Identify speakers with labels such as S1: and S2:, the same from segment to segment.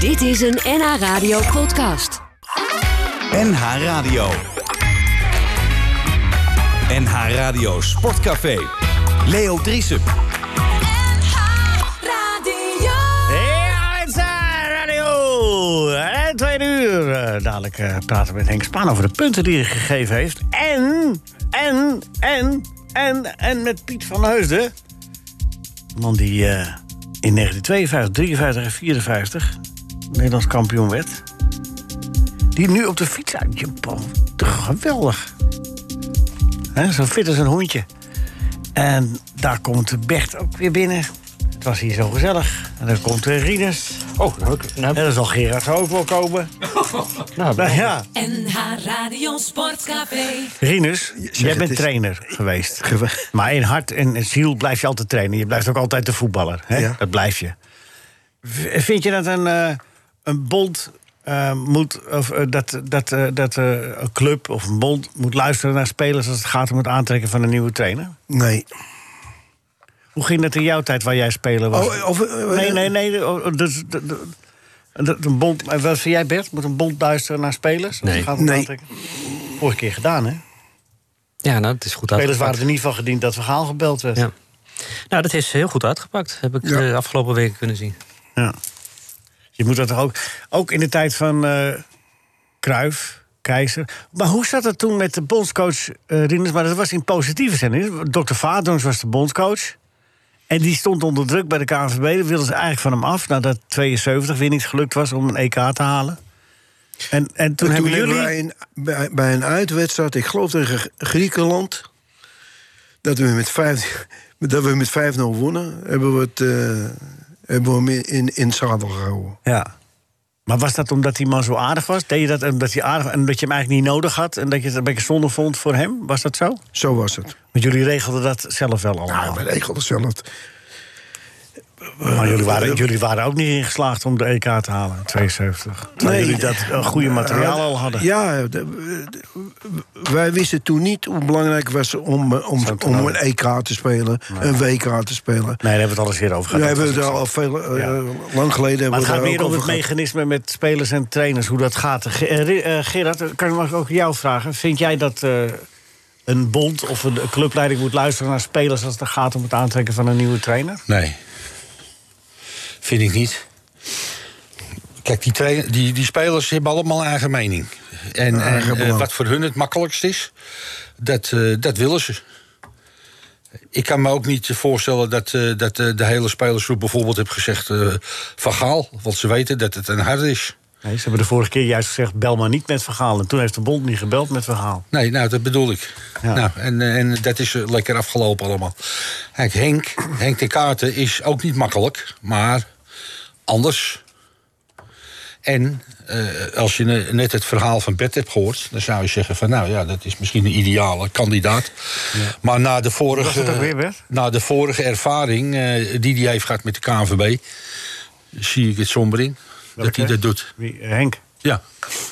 S1: Dit is een NH Radio podcast.
S2: NH Radio. NH Radio Sportcafé. Leo Driesen.
S1: Radio.
S3: Ja, mensen, radio. En tweede uur. Eh, dadelijk eh, praten we met Henk Spaan over de punten die hij gegeven heeft. En, en, en, en, en met Piet van Heusden. De Man die eh, in 1952, 53 en 54 Nederlands kampioen werd. Die nu op de fiets uit Japan. Te geweldig. Hè, zo fit als een hondje. En daar komt Bert ook weer binnen. Het was hier zo gezellig. En dan komt eh, Rinus.
S4: Oh, nou, ik- nou,
S3: En dan zal Gerard ook wel komen.
S4: nou,
S3: Nou ja,
S1: NH Radio Sportcafé.
S3: Rinus, jij
S2: het
S3: bent
S2: eens.
S3: trainer geweest. Maar in hart en in ziel blijf je altijd trainen. Je blijft ook altijd de voetballer. Hè?
S2: Ja.
S3: Dat blijf je. V- Vind je dat een, eh, een bond eh, moet... Of, eh, dat dat, eh, dat eh, een club of een bond moet luisteren naar spelers... als het gaat om het aantrekken van een nieuwe trainer?
S5: Nee.
S3: Hoe ging dat in jouw tijd waar jij speler was?
S5: Oh, of, eh,
S3: nee, nee, nee. oh, oh, Dus, de- de- de- de bond, maar wat vind jij, Bert? Moet een bond luisteren naar spelers? Of
S4: Nee.
S3: gaat het
S5: Nee.
S3: aantrekken? Vorige keer gedaan, hè?
S4: ja, nou, het is goed
S3: Spelers waren
S4: uitgepakt.
S3: er niet van gediend dat verhaal gebeld werd.
S4: Ja. Nou, dat is heel goed uitgepakt. Heb ik
S5: Ja.
S4: de afgelopen weken kunnen zien.
S3: Ja. Je moet dat toch ook... Ook in de tijd van eh Kruif, Keizer. Maar hoe zat het toen met de bondscoach eh Rinus? Maar dat was in positieve zin. hè? Dr. Vaadons was de bondscoach. En die stond onder druk bij de KNVB. Dat wilden ze eigenlijk van hem af... nadat 72 weer niet gelukt was om een EK te halen. En, en toen
S5: En
S3: hebben jullie...
S5: Bij een, bij, bij een uitwedstrijd, ik geloof tegen Gr- Griekenland... dat we met 5, dat we met 5-0 wonnen, hebben we, het, eh, hebben we hem in, in, in het zadel gehouden.
S3: Ja. Maar was dat omdat die man zo aardig was? Deed je dat omdat hij aardig en dat je hem eigenlijk niet nodig had en dat je het een beetje zonde vond voor hem? Was dat zo?
S5: Zo was het.
S3: Want jullie regelden Ah, dat zelf wel allemaal.
S5: Nou, we regelden zelf.
S3: maar jullie waren,
S5: eh,
S3: jullie waren ook niet ingeslaagd om de EK te halen in 72. Terwijl
S5: Nee.
S3: jullie dat eh, goede materiaal al hadden.
S5: Ja, de- de- wij wisten toen niet hoe belangrijk het was om, eh, om,
S3: Zo te
S5: om
S3: doen.
S5: een EK te spelen, een WK te spelen.
S3: Nee, daar hebben we het alles weer over
S5: We
S3: gehad.
S5: hebben
S3: Dat
S5: het
S3: was
S5: er
S3: het.
S5: al veel, eh,
S3: Ja.
S5: lang geleden.
S3: Maar het gaat meer
S5: hebben we daar ook
S3: om
S5: over
S3: het
S5: gehad.
S3: mechanisme met spelers en trainers, hoe dat gaat. Ge- eh, Ri- eh, Gerard, kan ik ook jou vragen? Vind jij dat eh, een bond of een clubleiding moet luisteren naar spelers als het gaat om het aantrekken van een nieuwe trainer?
S6: Nee. Vind ik niet. Kijk, die, tra- die, die spelers hebben allemaal een eigen mening. En, en
S5: eigen
S6: eh,
S5: belang.
S6: wat voor hun het makkelijkst is, dat, eh, dat willen ze. Ik kan me ook niet voorstellen dat, eh, dat eh, de hele spelersgroep bijvoorbeeld heeft gezegd... eh, van Gaal, want ze weten dat het een harde is.
S3: Nee, ze hebben de vorige keer juist gezegd: bel maar niet met verhaal. En toen heeft de Bond niet gebeld met verhaal.
S6: Nee, nou, dat bedoel ik.
S3: Ja.
S6: Nou, en, eh, en dat is eh, lekker afgelopen allemaal. Kijk, Henk, Henk de Kaarten is ook niet makkelijk, maar anders. En eh, als je ne- net het verhaal van Bert hebt gehoord... dan zou je zeggen van, nou ja, dat is misschien een ideale kandidaat. Maar na de
S3: Was het ook
S6: vorige,
S3: weer, Bert?
S6: na de vorige ervaring eh, die hij heeft gehad met de KNVB... zie ik het somber in dat hij
S3: Welke?
S6: dat doet.
S3: Wie, eh, Henk.
S6: Ja,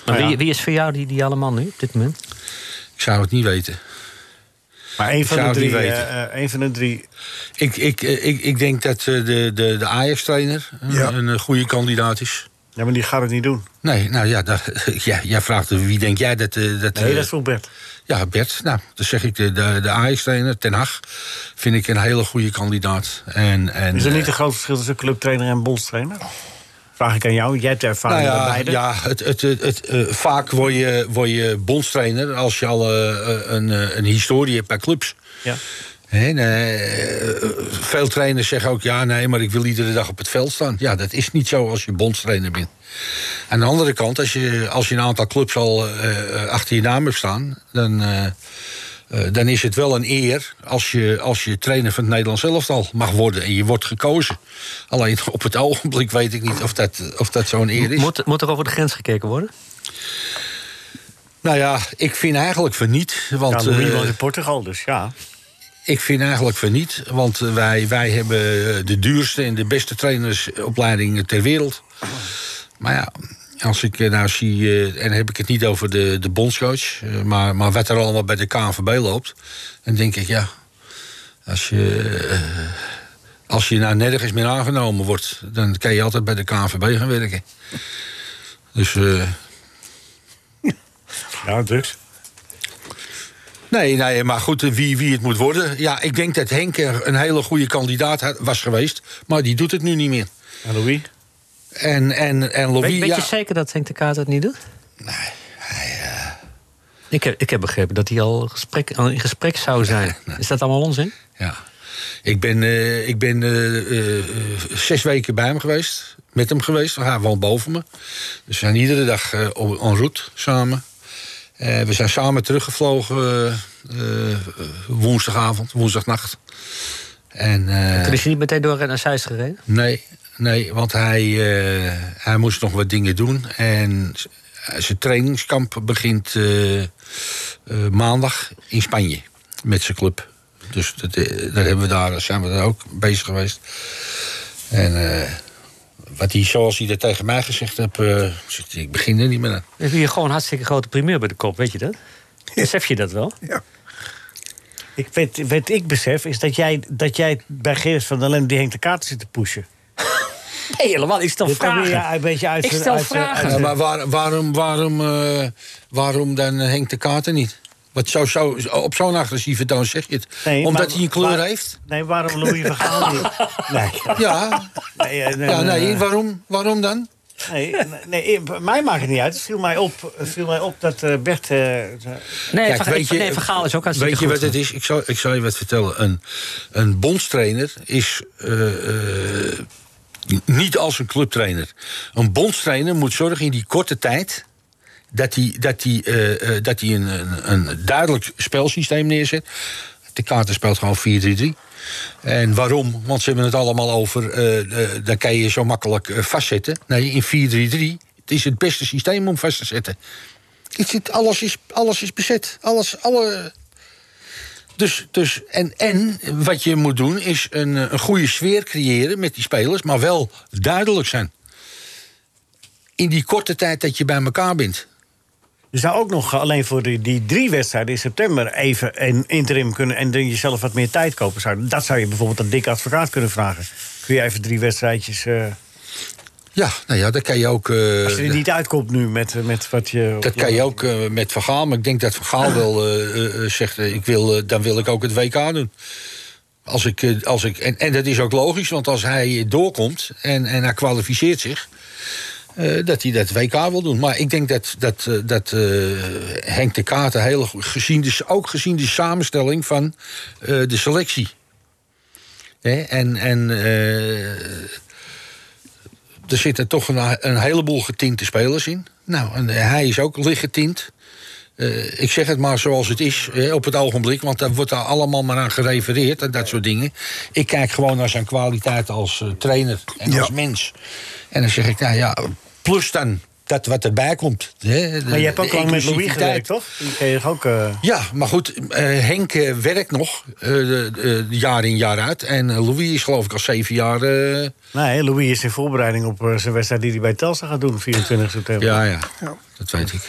S4: Maar
S3: Ja.
S4: wie, wie is voor jou die ideale man nu op dit moment?
S6: ik zou het niet weten.
S3: Maar een van,
S6: zou
S3: de
S6: het
S3: drie,
S6: niet weten.
S3: eh, eh, een van de drie.
S6: Ik, ik, eh, ik, ik denk dat eh, de, de, de Ajax-trainer een,
S5: Ja.
S6: een, eh, goede kandidaat is.
S3: Ja, maar die gaat het niet doen.
S6: Nee, nou ja, daar- ja, jij vraagt dus, wie denk jij dat... eh, dat,
S3: Nee,
S6: eh,
S3: dat vroeg Bert.
S6: Ja, Bert, nou, dan zeg ik de, de, de Ajax-trainer, Ten Hag, vind ik een hele goede kandidaat. En, en,
S3: Is er niet
S6: eh,
S3: een groot verschil tussen clubtrainer en bondstrainer? Vraag ik aan jou. Jij hebt ervaring
S6: nou
S3: bij
S6: ja,
S3: beide.
S6: ja het, het, het, het, eh, vaak word je, word je bondstrainer als je al eh, eh, een, eh, een historie hebt bij clubs.
S3: Ja.
S6: En, eh, veel trainers zeggen ook, ja, nee, maar ik wil iedere dag op het veld staan. Ja, dat is niet zo als je bondstrainer bent. Aan de andere kant, als je, als je een aantal clubs al eh, eh, achter je naam hebt staan... Dan, eh, eh, dan is het wel een eer als je, als je trainer van het Nederlands elftal mag worden. En je wordt gekozen. Alleen op het ogenblik weet ik niet of dat, of dat zo'n eer is.
S4: Moet, moet er over de grens gekeken worden?
S6: Nou ja, ik vind eigenlijk van niet. Want,
S3: ja, Mourinho
S6: eh,
S3: was in Portugal, dus ja.
S6: Ik vind eigenlijk van niet, want eh, wij, wij hebben eh, de duurste en de beste trainersopleidingen ter wereld. Maar ja, als ik nou zie, eh, en heb ik het niet over de, de bondscoach, eh, maar, maar wat er allemaal bij de KNVB loopt, dan denk ik ja, als je eh, Als je nou nergens meer aangenomen wordt, dan kan je altijd bij de KNVB gaan werken. Dus eh,
S3: Ja, dus.
S6: Nee, nee, maar goed, eh, wie, wie het moet worden. Ja, ik denk dat Henk er een hele goede kandidaat ha- was geweest. Maar die doet het nu niet meer.
S3: En Louis?
S6: En, en, en
S4: Weet,
S6: Louis,
S4: weet
S6: ja,
S4: je zeker dat Henk de Kaat het niet doet? Nee. ik, heb, ik heb begrepen dat hij al gesprek, al in gesprek zou zijn. Is dat allemaal onzin?
S6: ja. Ik ben, eh, ik ben eh, eh, zes weken bij hem geweest. Met hem geweest. Hij woont boven me. Dus we zijn iedere dag eh, op en route samen. Eh, we zijn samen teruggevlogen eh, eh, woensdagavond, woensdagnacht. En, eh,
S4: Kunnen ze niet meteen door naar Zeist gereden?
S6: Nee, nee want hij, eh, hij moest nog wat dingen doen. En z- zijn trainingskamp begint eh, eh, maandag in Spanje met zijn club. Dus dat, eh, daar, hebben we daar, zijn we daar ook bezig geweest. En eh, wat hij, zoals hij dat tegen mij gezegd heeft, eh, zegt hij, ik begin er niet meer aan.
S4: We hebben hier gewoon een hartstikke grote primeur bij de kop, weet je dat? Besef je dat wel?
S5: Ja.
S3: Ik weet, weet ik besef, is dat jij, dat jij bij Geert van der Lem die Henk de Kaart zit te pushen.
S4: Nee, helemaal. Ik stel
S3: Dit probeer
S4: vragen.
S3: je een beetje uit
S4: Ik
S3: zijn-
S4: stel
S3: uit zijn-
S4: vragen.
S3: uit
S6: Ja,
S3: zijn-
S6: maar waar- waarom, waarom, eh, waarom dan Henk de Kaarten niet? Want zo, zo, op zo'n agressieve toon zeg je het.
S3: Nee,
S6: Omdat
S3: maar-
S6: hij een kleur
S3: waar-
S6: heeft?
S3: Nee, waarom Louis van Gaal niet? Nee,
S6: Ja,
S3: nee, eh, nee,
S6: ja
S3: nee,
S6: nee, waarom, waarom dan?
S3: nee, nee, eh, mij maakt het niet uit. Het viel mij op, het viel mij op dat eh, Bert... eh,
S4: Nee,
S6: Kijk,
S4: van,
S6: weet je-
S4: nee, Van Gaal is ook hartstikke
S6: Weet je
S4: goed.
S6: wat het is? Ik zal, ik zal je wat vertellen. Een, een bondstrainer is eh, eh, niet als een clubtrainer. Een bondstrainer moet zorgen in die korte tijd... dat hij dat hij, eh, eh, dat hij een, een, een duidelijk spelsysteem neerzet. De kaarten speelt gewoon 4-3-3. En waarom? Want ze hebben het allemaal over... eh eh, daar kan je zo makkelijk eh, vastzetten. Nee, in 4-3-3 het is het beste systeem om vast te zetten. Het zit, alles, is, alles is bezet. Alles, alle... Dus, dus, en, en wat je moet doen is een, eh, een goede sfeer creëren met die spelers, maar wel duidelijk zijn. In die korte tijd dat je bij elkaar bent.
S3: je zou ook nog eh, alleen voor die, die drie wedstrijden in september even een interim kunnen... en dan jezelf wat meer tijd kopen. Zou, dat zou je bijvoorbeeld aan Dick Advocaat kunnen vragen. Kun je even drie wedstrijdjes... eh,
S6: Ja, nou ja, dat kan je ook. eh,
S3: als je er niet uitkomt nu met, eh, met wat je...
S6: dat kan je ook eh, met Van Gaal, maar ik denk dat Van Gaal wel eh, eh, eh, zegt: eh, ik wil, eh, dan wil ik ook het WK doen. Als ik, eh, als ik, en, en dat is ook logisch, want als hij doorkomt en, en hij kwalificeert zich, eh, dat hij dat WK wil doen. Maar ik denk dat, dat, eh, dat eh, Henk de Kaarten heel goed, gezien de, ook gezien de samenstelling van eh, de selectie. Hè, en en eh, er zitten toch een, een heleboel getinte spelers in. Nou, en hij is ook lichtgetint. Eh, ik zeg het maar zoals het is hè, op het ogenblik, want daar wordt daar allemaal maar aan gerefereerd en dat soort dingen. Ik kijk gewoon naar zijn kwaliteit als eh, trainer en
S5: Ja.
S6: als mens. En dan zeg ik, nou ja, plus dan dat wat erbij komt. Hè, de-
S3: Maar je hebt ook
S6: de
S3: lang met Louis gewerkt,
S6: inclusiviteit.
S3: toch? Die ken je toch ook... eh,
S6: Ja, maar goed, eh, Henk eh, werkt nog eh, de- de- jaar in jaar uit. En eh, Louis is geloof ik al zeven jaar. eh,
S3: Nee, nou, Louis is in voorbereiding op eh, zijn wedstrijd die hij bij Telstra gaat doen, 24 september.
S6: ja, ja, dat weet ik.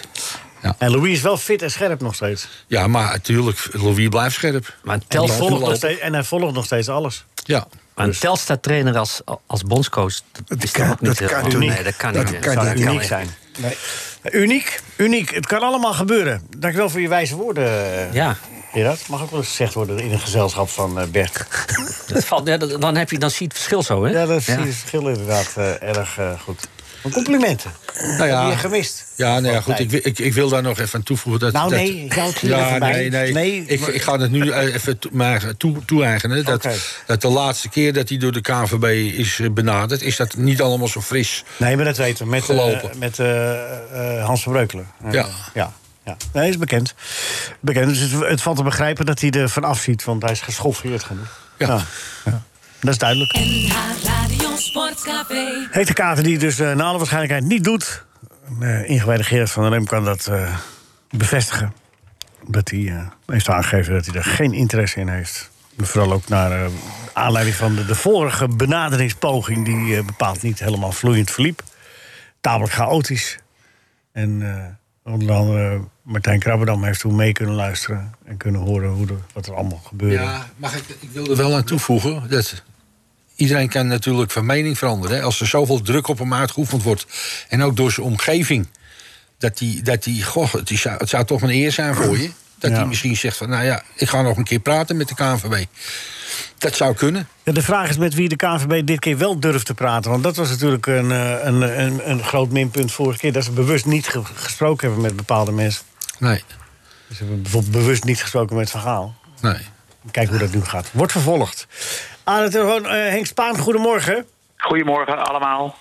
S3: En Louis is wel fit en scherp nog steeds.
S6: Ja, maar natuurlijk, Louis blijft scherp.
S4: Maar een,
S3: En,
S4: tel,
S3: hij volgt nog
S6: lopen.
S3: steeds, en hij volgt nog steeds alles.
S6: Ja.
S4: maar een Telstar-trainer als, als bondscoach... Dat, is
S5: kan-
S4: toch ook niet
S5: dat
S4: heel-
S5: kan toch niet?
S4: Nee, dat kan
S5: Dat
S4: niet.
S5: kan
S4: zou
S5: niet.
S4: ik wel
S3: Uniek
S4: echt-
S3: zijn. Uniek, uniek. Het kan allemaal gebeuren. Dankjewel voor je wijze woorden, eh,
S4: Ja,
S3: Gerard. Mag ook wel eens gezegd worden in een gezelschap van eh, Bert.
S4: dat valt, ja, dat- dan, heb je, dan zie je het verschil zo, hè?
S3: Ja, dat is het verschil inderdaad eh, erg eh, goed. Maar complimenten.
S6: Nou
S3: Heb je
S6: ja,
S3: gemist?
S6: ja, nou
S3: Van
S6: ja goed, ik,
S3: tijd.
S6: wi- ik, ik wil daar nog even aan toevoegen. Dat,
S3: Nou,
S6: dat-
S3: nee, ik hou het hier
S6: ja,
S3: even bij.
S6: nee, nee.
S3: Nee,
S6: ik, ik ga het nu eh, even toe- maar toe- toe-eigenen. dat,
S3: Oké.
S6: dat de laatste keer dat hij door de KVB is eh, benaderd, is dat niet allemaal zo fris.
S3: Nee, maar dat weten we. Met, eh,
S6: Gelopen.
S3: met eh, eh, Hans van Breukelen. Eh,
S6: Ja.
S3: ja. Ja, nee, is bekend. bekend. Dus het, het valt te begrijpen dat hij er van afziet, want hij is geschoffeerd genoeg.
S6: Ja.
S3: ja. Dat is duidelijk.
S1: NH Radio Sportcafé.
S3: Heeft de kater die dus eh naar alle waarschijnlijkheid niet doet. Eh ingewijde Gerard van der Rem kan dat eh, bevestigen. Dat hij eh, heeft aangegeven dat hij er geen interesse in heeft. Vooral ook naar eh, aanleiding van de, de vorige benaderingspoging... die eh, bepaald niet helemaal vloeiend verliep. Tamelijk chaotisch. En eh, onder andere Martijn Krabberdam heeft toen mee kunnen luisteren... en kunnen horen hoe de, wat er allemaal gebeurde.
S6: Ja, mag ik, ik wil er wel aan toevoegen dat iedereen kan natuurlijk van mening veranderen. hè. Als er zoveel druk op hem uitgeoefend wordt. En ook door zijn omgeving. Dat die, dat die goh, het, is- het zou toch een eer zijn voor je. Dat
S3: Ja.
S6: hij misschien zegt van, nou ja, ik ga nog een keer praten met de KNVB. Dat zou kunnen.
S3: Ja, de vraag is met wie de KNVB dit keer wel durft te praten. Want dat was natuurlijk een, eh, een, een, een groot minpunt vorige keer. Dat ze bewust niet ge- gesproken hebben met bepaalde mensen.
S6: Nee,
S3: Ze hebben bijvoorbeeld bewust niet gesproken met Van Gaal.
S6: nee.
S3: Kijk hoe dat nu gaat. Wordt vervolgd. Aan het telefoon eh, Henk Spaan, goedemorgen.
S7: Goedemorgen allemaal.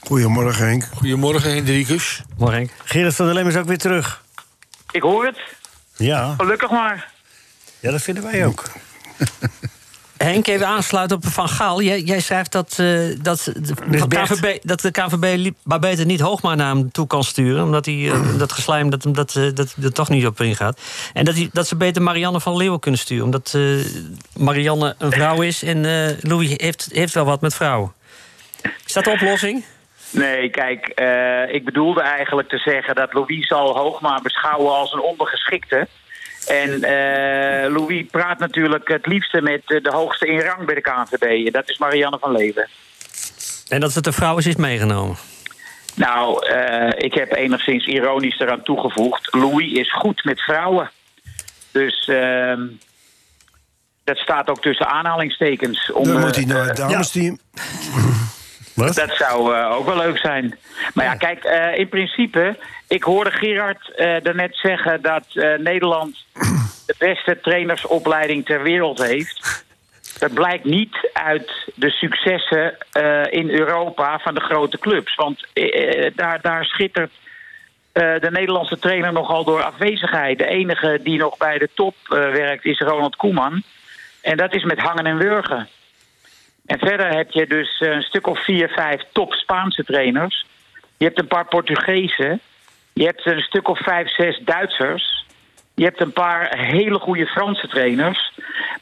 S5: Goedemorgen Henk.
S6: Goedemorgen Hendrikus.
S4: Morgen, Henk.
S3: Gerrit van der Lem is ook weer terug.
S7: Ik hoor het.
S3: Ja,
S7: Gelukkig maar.
S3: ja dat vinden wij ook.
S4: Henk, even aansluiten op Van Gaal. Jij, jij schrijft dat, eh, dat, ze- de,
S3: Dit
S4: van
S3: Bert.
S4: KVB, dat de KVB liep- maar beter niet Hoogma naar hem toe kan sturen. Omdat hij, eh, dat geslijm dat, hem dat, eh, dat, dat toch niet op ingaat. En dat, hij, dat ze beter Marianne van Leeuwen kunnen sturen. Omdat eh, Marianne een vrouw is en eh, Louis heeft, heeft wel wat met vrouwen. Is dat de oplossing?
S7: Nee, kijk, eh, ik bedoelde eigenlijk te zeggen dat Louis zal Hoogma beschouwen als een ondergeschikte. En eh, Louis praat natuurlijk het liefste met eh, de hoogste in rang bij de KNVB. En dat is Marianne van Leeuwen.
S4: En dat het een vrouw is, is meegenomen.
S7: Nou, eh, ik heb enigszins ironisch eraan toegevoegd. Louis is goed met vrouwen. Dus ehm, dat staat ook tussen aanhalingstekens. om,
S5: Dan
S7: eh,
S5: moet hij naar het
S7: eh,
S5: damesteam.
S7: Dat zou eh, ook wel leuk zijn. Maar ja, kijk, eh, in principe, ik hoorde Gerard eh daarnet zeggen dat eh, Nederland de beste trainersopleiding ter wereld heeft. Dat blijkt niet uit de successen eh, in Europa van de grote clubs. Want eh, daar, daar schittert eh, de Nederlandse trainer nogal door afwezigheid. De enige die nog bij de top eh, werkt is Ronald Koeman. En dat is met hangen en wurgen. En verder heb je dus eh, een stuk of vier, vijf top Spaanse trainers. Je hebt een paar Portugezen. Je hebt een stuk of vijf, zes Duitsers. Je hebt een paar hele goede Franse trainers.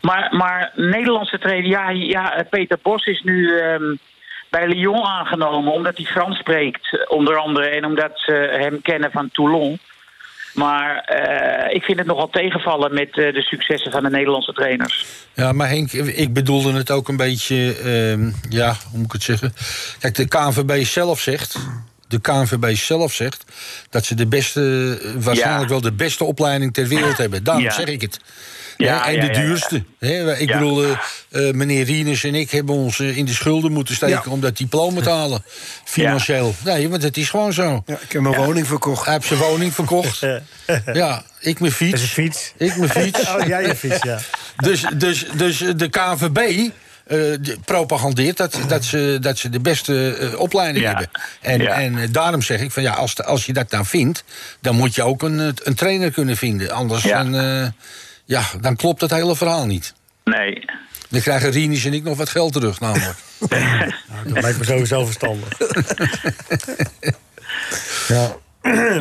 S7: Maar, maar Nederlandse trainers... Ja, ja, eh, Peter Bos is nu ehm, bij Lyon aangenomen... omdat hij Frans spreekt, eh, onder andere. En omdat ze hem kennen van Toulon. Maar eh, ik vind het nogal tegenvallen met eh, de successen van de Nederlandse trainers.
S6: Ja, maar Henk, ik bedoelde het ook een beetje. ehm, ja, hoe moet ik het zeggen? Kijk, de KNVB zelf zegt. De KNVB zelf zegt dat ze de beste, eh, waarschijnlijk
S7: Ja.
S6: wel de beste opleiding ter wereld hebben. Daarom
S7: Ja.
S6: zeg ik het.
S7: Ja,
S6: Hè, en
S7: ja,
S6: de
S7: ja, ja.
S6: duurste. Hè, ik
S7: Ja.
S6: bedoel, eh, eh, meneer Rieners en ik hebben ons eh, in de schulden moeten steken om dat diploma te halen. Financieel. Nee, want het is gewoon zo.
S5: Ja, ik heb mijn woning verkocht.
S6: Hij heeft zijn woning verkocht. ja, ik mijn
S3: Dat is een
S6: fiets.
S3: fiets.
S6: Ik mijn fiets.
S3: Oh, jij je fiets, ja.
S6: Dus, dus, dus de KNVB eh, de- propagandeert dat, dat, ze, dat ze de beste eh, opleiding
S7: Ja.
S6: hebben. En,
S7: Ja.
S6: en eh, daarom zeg ik van ja, als, de- als je dat nou vindt, dan moet je ook een, eh, een trainer kunnen vinden. Anders
S7: Ja.
S6: Dan, eh, ja, dan klopt het hele verhaal niet.
S7: Nee,
S6: Dan krijgen Rienisch en ik nog wat geld terug, namelijk.
S3: Dat lijkt me sowieso verstandig.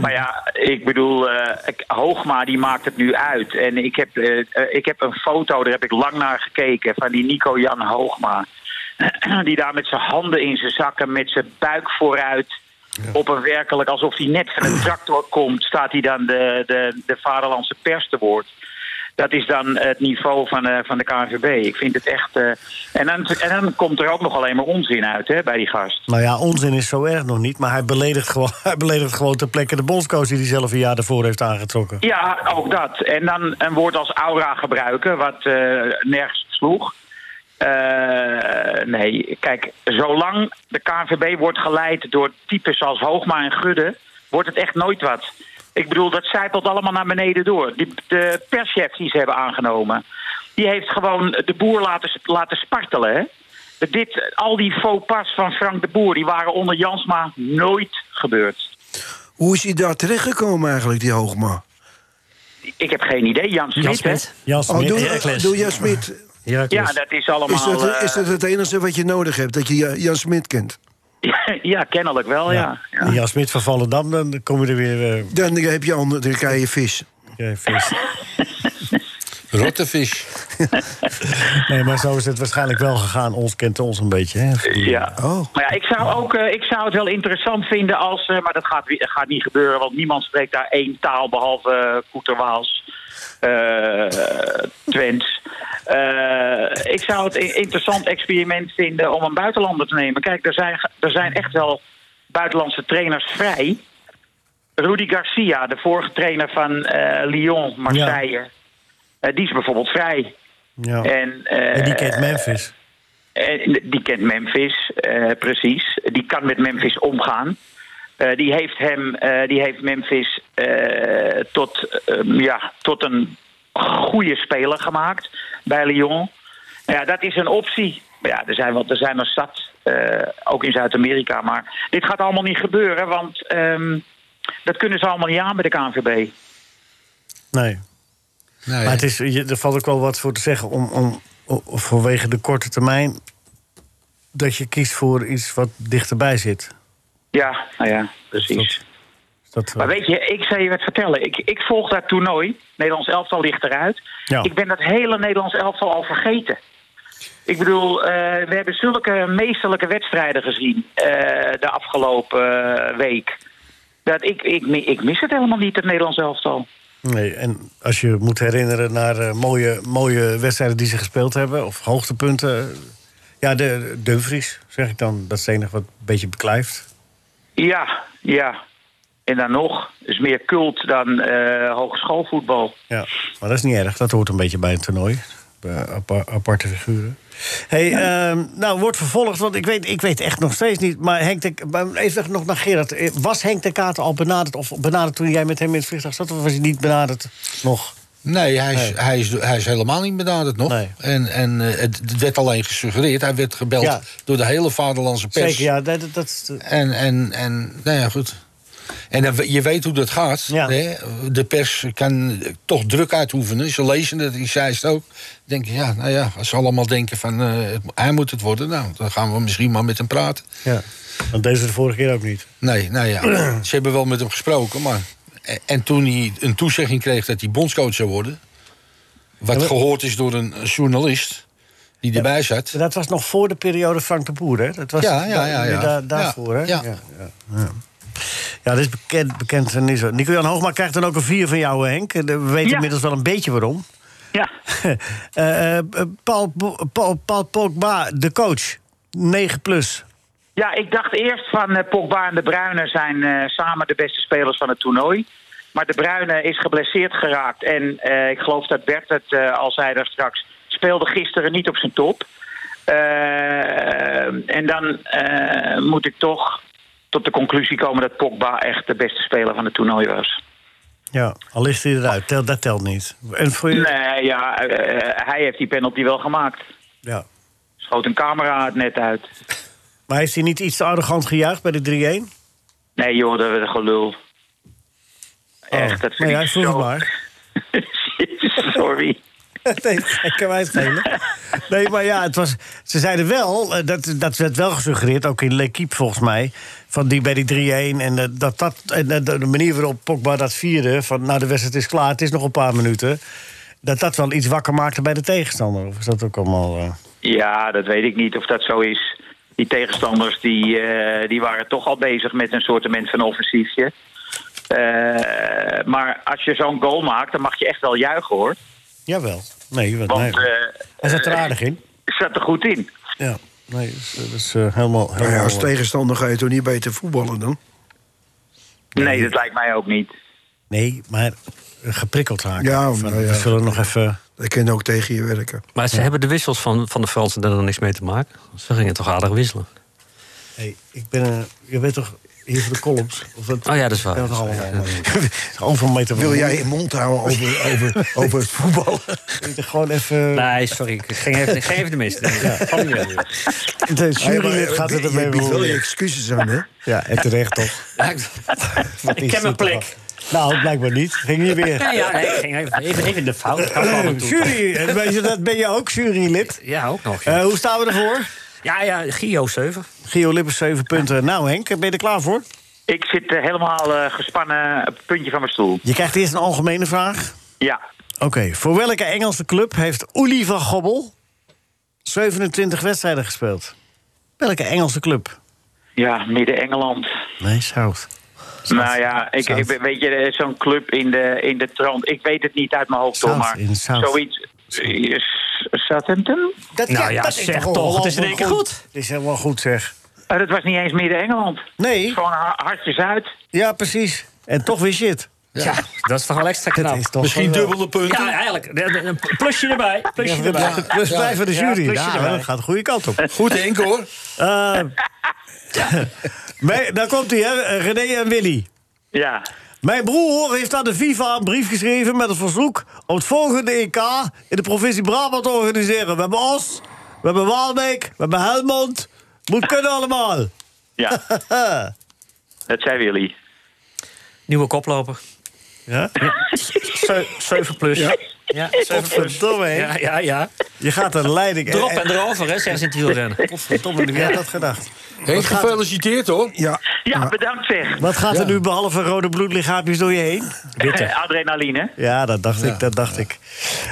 S7: Maar ja, ik bedoel, eh, ik- Hoogma die maakt het nu uit. En ik heb, eh, eh, ik heb een foto, daar heb ik lang naar gekeken, van die Nico-Jan Hoogma. die daar met zijn handen in zijn zakken, met zijn buik vooruit... op een werkelijk, alsof hij net van een tractor komt... staat hij dan de, de, de vaderlandse pers te woord. Dat is dan het niveau van, eh, van de KNVB. Ik vind het echt... eh, en, dan, en dan komt er ook nog alleen maar onzin uit hè, bij die gast.
S3: Nou ja, onzin is zo erg nog niet. Maar hij beledigt gewoon, hij beledigt gewoon ter plekke de bondscoach... die hij zelf een jaar daarvoor heeft aangetrokken.
S7: Ja, ook dat. En dan een woord als aura gebruiken, wat eh, nergens sloeg. Eh, nee, kijk, zolang de KNVB wordt geleid door types als Hoogma en Gudde, wordt het echt nooit wat. Ik bedoel, dat zijpelt allemaal naar beneden door. Die, de perschef die ze hebben aangenomen, die heeft gewoon de boer laten, laten spartelen. Hè? Dit, al die faux pas van Frank de Boer, die waren onder Jansma nooit gebeurd.
S5: Hoe is hij daar terechtgekomen eigenlijk, die Hoogma?
S7: Ik heb geen idee, Jan Smit,
S4: Jan
S7: hè?
S4: Smit.
S3: Jan Smit, eh,
S5: Oh, doe,
S4: Heracles.
S5: doe Jan Smit.
S7: Ja,
S4: Heracles.
S7: dat is allemaal...
S5: Dus Is dat,
S7: eh,
S5: is dat het enige wat je nodig hebt? Dat je Ja- Jan Smit kent?
S7: eh, Ja, kennelijk wel, ja. ja.
S3: En Jan Smit van Volendam, dan kom je er weer... eh,
S5: Dan heb je ander, dan krijg je vis.
S3: je vis.
S6: Rottevis.
S3: Nee, maar zo is het waarschijnlijk wel gegaan. Ons kent ons een beetje, hè?
S7: Ja.
S5: Oh.
S7: Maar ja, ik zou, ook, eh, ik zou het wel interessant vinden als... eh, maar dat gaat, wi- gaat niet gebeuren, want niemand spreekt daar één taal behalve eh, Koeterwaals. eh Twents. Eh, ik zou het een interessant experiment vinden om een buitenlander te nemen. Kijk, er zijn, er zijn echt wel buitenlandse trainers vrij. Rudy Garcia, de vorige trainer van eh, Lyon, Marseille. eh, die is bijvoorbeeld vrij.
S3: Ja.
S7: En, eh,
S3: En die kent Memphis.
S7: en Eh, die kent Memphis, eh, precies. Die kan met Memphis omgaan. Eh, die, heeft hem, eh, die heeft Memphis eh, tot, ehm, ja, tot een goede speler gemaakt bij Lyon. Ja, dat is een optie. Maar ja, er zijn wel, er zijn er zat, eh, ook in Zuid-Amerika. Maar dit gaat allemaal niet gebeuren, want ehm, dat kunnen ze allemaal niet aan bij de KNVB.
S3: Nee.
S6: Nee,
S3: Maar het is, je- er valt ook wel wat voor te zeggen om, om, o- vanwege de korte termijn. dat je kiest voor iets wat dichterbij zit.
S7: Ja, nou ja, precies.
S3: Is Dat, eh,
S7: Maar weet je, ik zou je wat vertellen. Ik, ik volg dat toernooi. Nederlands elftal ligt eruit.
S3: Ja.
S7: Ik ben dat hele Nederlands elftal al vergeten. Ik bedoel, eh, we hebben zulke meesterlijke wedstrijden gezien eh, de afgelopen eh, week. Dat ik, ik, mi- ik mis het helemaal niet, het Nederlands elftal.
S3: nee, en als je moet herinneren naar eh, mooie, mooie wedstrijden die ze gespeeld hebben. of hoogtepunten. eh, Ja, de Dumfries, zeg ik dan. Dat is het enige wat een beetje beklijft.
S7: Ja, ja. En dan nog, is meer cult dan eh, hogeschoolvoetbal.
S3: Ja, maar dat is niet erg. Dat hoort een beetje bij een toernooi. Bij apa- aparte figuren. Hey, ehm, nou, wordt vervolgd, want ik weet, ik weet echt nog steeds niet. Maar Henk de, maar even nog naar Gerard. Eh, Was Henk de Kater al benaderd? Of benaderd toen jij met hem in het vliegtuig zat? Of was hij niet benaderd nog?
S6: Nee, hij is, Hij, is, hij is helemaal niet benaderd nog.
S3: Nee.
S6: En, en eh, het werd alleen gesuggereerd. Hij werd gebeld
S3: Ja.
S6: door de hele vaderlandse pers.
S3: Zeker, ja. Dat, dat, dat-
S6: En, en, en nou ja, goed. En dan, je weet hoe dat gaat.
S3: Ja.
S6: Hè? De pers kan toch druk uitoefenen. Ze lezen het, die zei het ook. Denken, ja, nou ja, als ze allemaal denken van eh, het- hij moet het worden, nou, dan gaan we misschien maar met hem praten.
S3: ja. Want deze de vorige keer ook niet.
S6: Nee, nou ja, ze hebben wel met hem gesproken, maar. en- En toen hij een toezegging kreeg dat hij bondscoach zou worden, wat gehoord is door een journalist die erbij zat.
S3: Dat was nog voor de periode Frank de Boer, hè? Dat was
S6: Ja, ja, ja, ja.
S3: da- daarvoor, hè?
S6: Ja.
S3: ja. ja, ja. Ja, dit is bekend, bekend en niet zo. Nico-Jan Hoogma krijgt dan ook een vier van jou, Henk. eh, We weten
S7: Ja.
S3: inmiddels wel een beetje waarom.
S7: Ja,
S3: Eh, eh, Paul, Bo- Paul, Paul Pogba, de coach. 9 plus.
S7: Ja, ik dacht eerst van eh, Pogba en De Bruyne zijn eh, samen de beste spelers van het toernooi. Maar De Bruyne is geblesseerd geraakt. En eh, ik geloof dat Bert het eh, al zei daar straks. Speelde gisteren niet op zijn top. Eh, en dan eh, moet ik toch tot de conclusie komen dat Pogba echt de beste speler van het toernooi was.
S3: Ja, al ligt hij eruit. Tel, dat telt niet. En voor je...
S7: Nee, ja, eh, hij heeft die penalty wel gemaakt.
S3: Ja.
S7: Schoot een camera het net uit.
S3: Maar heeft hij niet iets te arrogant gejuicht bij de 3-1?
S7: Nee joh, dat was gelul. Echt, dat
S3: maar Oh,
S7: vind
S3: nou ja,
S7: ik
S3: vroeg het
S7: zo
S3: maar.
S7: Sorry.
S3: nee, ik kan mij het schelen. Nee, maar ja, het was, ze zeiden wel, eh, dat, dat werd wel gesuggereerd, ook in L'Equipe volgens mij, van die bij die 3-1. En eh, dat, dat, en eh, de de manier waarop Pogba dat vierde, van nou de wedstrijd is klaar, het is nog een paar minuten. Dat dat wel iets wakker maakte bij de tegenstander. Of is dat ook allemaal... eh,
S7: Ja, dat weet ik niet of dat zo is. Die tegenstanders die, eh, die waren toch al bezig met een soortement van offensiefje. Eh, maar als je zo'n goal maakt, dan mag je echt wel juichen hoor.
S3: Jawel. Nee, wat,
S7: Want
S3: nee.
S7: eh
S3: hij zat er aardig in.
S7: zat er goed in.
S3: Ja. Nee, dat is, dat is, eh, helemaal...
S5: Nou ja,
S3: helemaal
S5: als tegenstander ga je toch niet beter voetballen dan?
S7: Nee, dat lijkt mij ook niet.
S3: Nee, maar geprikkeld raken.
S5: Ja,
S3: Van,
S5: nou ja.
S3: We zullen nog even...
S5: Dat kan ook tegen je werken.
S4: Maar ze hebben de wissels van, van de Fransen daar dan niks mee te maken. Ze gingen toch aardig wisselen.
S3: Hey, ik ben... eh, je weet toch hier voor de columns? Of dat,
S4: Oh ja, dat is waar.
S3: dat is allemaal... Overal mee te
S5: Wil jij je mond houden over, over, over het voetballen?
S3: Gewoon even...
S4: Nee, sorry. Ik ging even, ik ging even de mist.
S3: De jury
S5: Ja, maar, eh,
S3: gaat het
S5: je
S3: ermee
S5: biedt wel je
S3: bemoeien.
S5: excuses aan, hè?
S3: Ja, en terecht toch? Wat is
S4: Ik
S3: dit
S4: ken mijn
S3: toch?
S4: plek.
S3: Nou, blijkbaar niet. Ging niet weer.
S4: Ja, ja, nee, ik ging even, even, even de fout. Ik gaf af en toe.
S3: Jury, eh, weet je, dat ben je ook, jurylid.
S4: Ja, ook nog.
S3: Eh
S4: Ja,
S3: hoe staan we ervoor?
S4: ja, ja Gio 7.
S3: Gio Lippers, 7 punten. Nou Henk, ben je er klaar voor?
S7: Ik zit eh, helemaal eh, gespannen op het puntje van mijn stoel.
S3: Je krijgt eerst een algemene vraag.
S7: Ja,
S3: Oké, voor welke Engelse club heeft Uli van Gobbel 27 wedstrijden gespeeld? Welke Engelse club?
S7: ja Midden-Engeland.
S3: Nee, South.
S7: nou ja, ik, ik, weet je, er is zo'n club in de, in de trant. Ik weet het niet uit mijn hoofd, hoor,
S3: South,
S7: maar
S3: in South.
S7: zoiets... eh, Southampton?
S3: Dat,
S4: Nou ja,
S3: is
S4: zeg
S3: wel
S4: toch, het is in één keer
S3: goed.
S4: goed.
S3: Het is helemaal goed, zeg.
S7: Eh, dat was niet eens Midden-Engeland.
S3: Nee.
S7: Gewoon ha- hartjes uit.
S3: Ja, precies. En toch weer shit.
S4: Ja, dat is toch wel extra knap.
S3: is toch
S6: Misschien
S3: wel-
S6: dubbele punten.
S4: Ja, eigenlijk. Een plusje erbij. Plusje erbij.
S3: Ja, plus vijf van de jury.
S4: Ja,
S3: Ja,
S4: plusje erbij.
S3: dat gaat de goede kant op.
S6: Goed, Henk, hoor.
S3: Eh, Mijn- daar komt hij, hè? René en Willy.
S7: Ja.
S3: Mijn broer heeft aan de FIFA een brief geschreven met het verzoek om het volgende EK in de provincie Brabant te organiseren. We hebben Os, we hebben Waalwijk, we hebben Helmond. Moet kunnen allemaal.
S7: Ja. dat zei Willy.
S4: Nieuwe koploper.
S3: Ja?
S4: Zeu- 7 plus. Ja, 7 plus.
S3: Verdomme, hè?
S4: Ja, ja, ja.
S3: Je gaat een leiding.
S4: Erop
S3: eh,
S4: en erover, hè, zeggen ze in het wielrennen.
S3: Verdomme, wie had dat gedacht?
S6: Henk, gefeliciteerd, hoor.
S5: Ja,
S7: Ja, bedankt zeg.
S3: Wat gaat er nu behalve rode bloedlichaampjes door je heen?
S7: Adrenaline.
S3: Ja, dat dacht ik, dat dacht ik.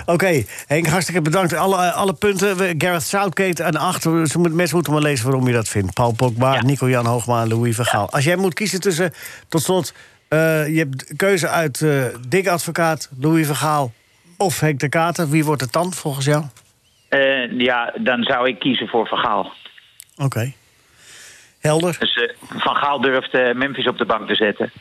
S3: Oké, Henk, hartstikke bedankt. Alle, eh, alle punten, We- Gareth Southgate en acht. Ze moet, mensen moeten maar lezen waarom je dat vindt. Paul Pogba,
S7: Ja.
S3: Nico-Jan Hoogma en Louis van Gaal. Als jij moet kiezen tussen, tot slot... eh, je hebt keuze uit eh Dick Advocaat, Louis van Gaal of Henk de Kater. Wie wordt het dan, volgens jou?
S7: Eh, ja, dan zou ik kiezen voor Van Gaal.
S3: Oké. Helder.
S7: Dus eh, Van Gaal durft eh, Memphis op de bank te zetten.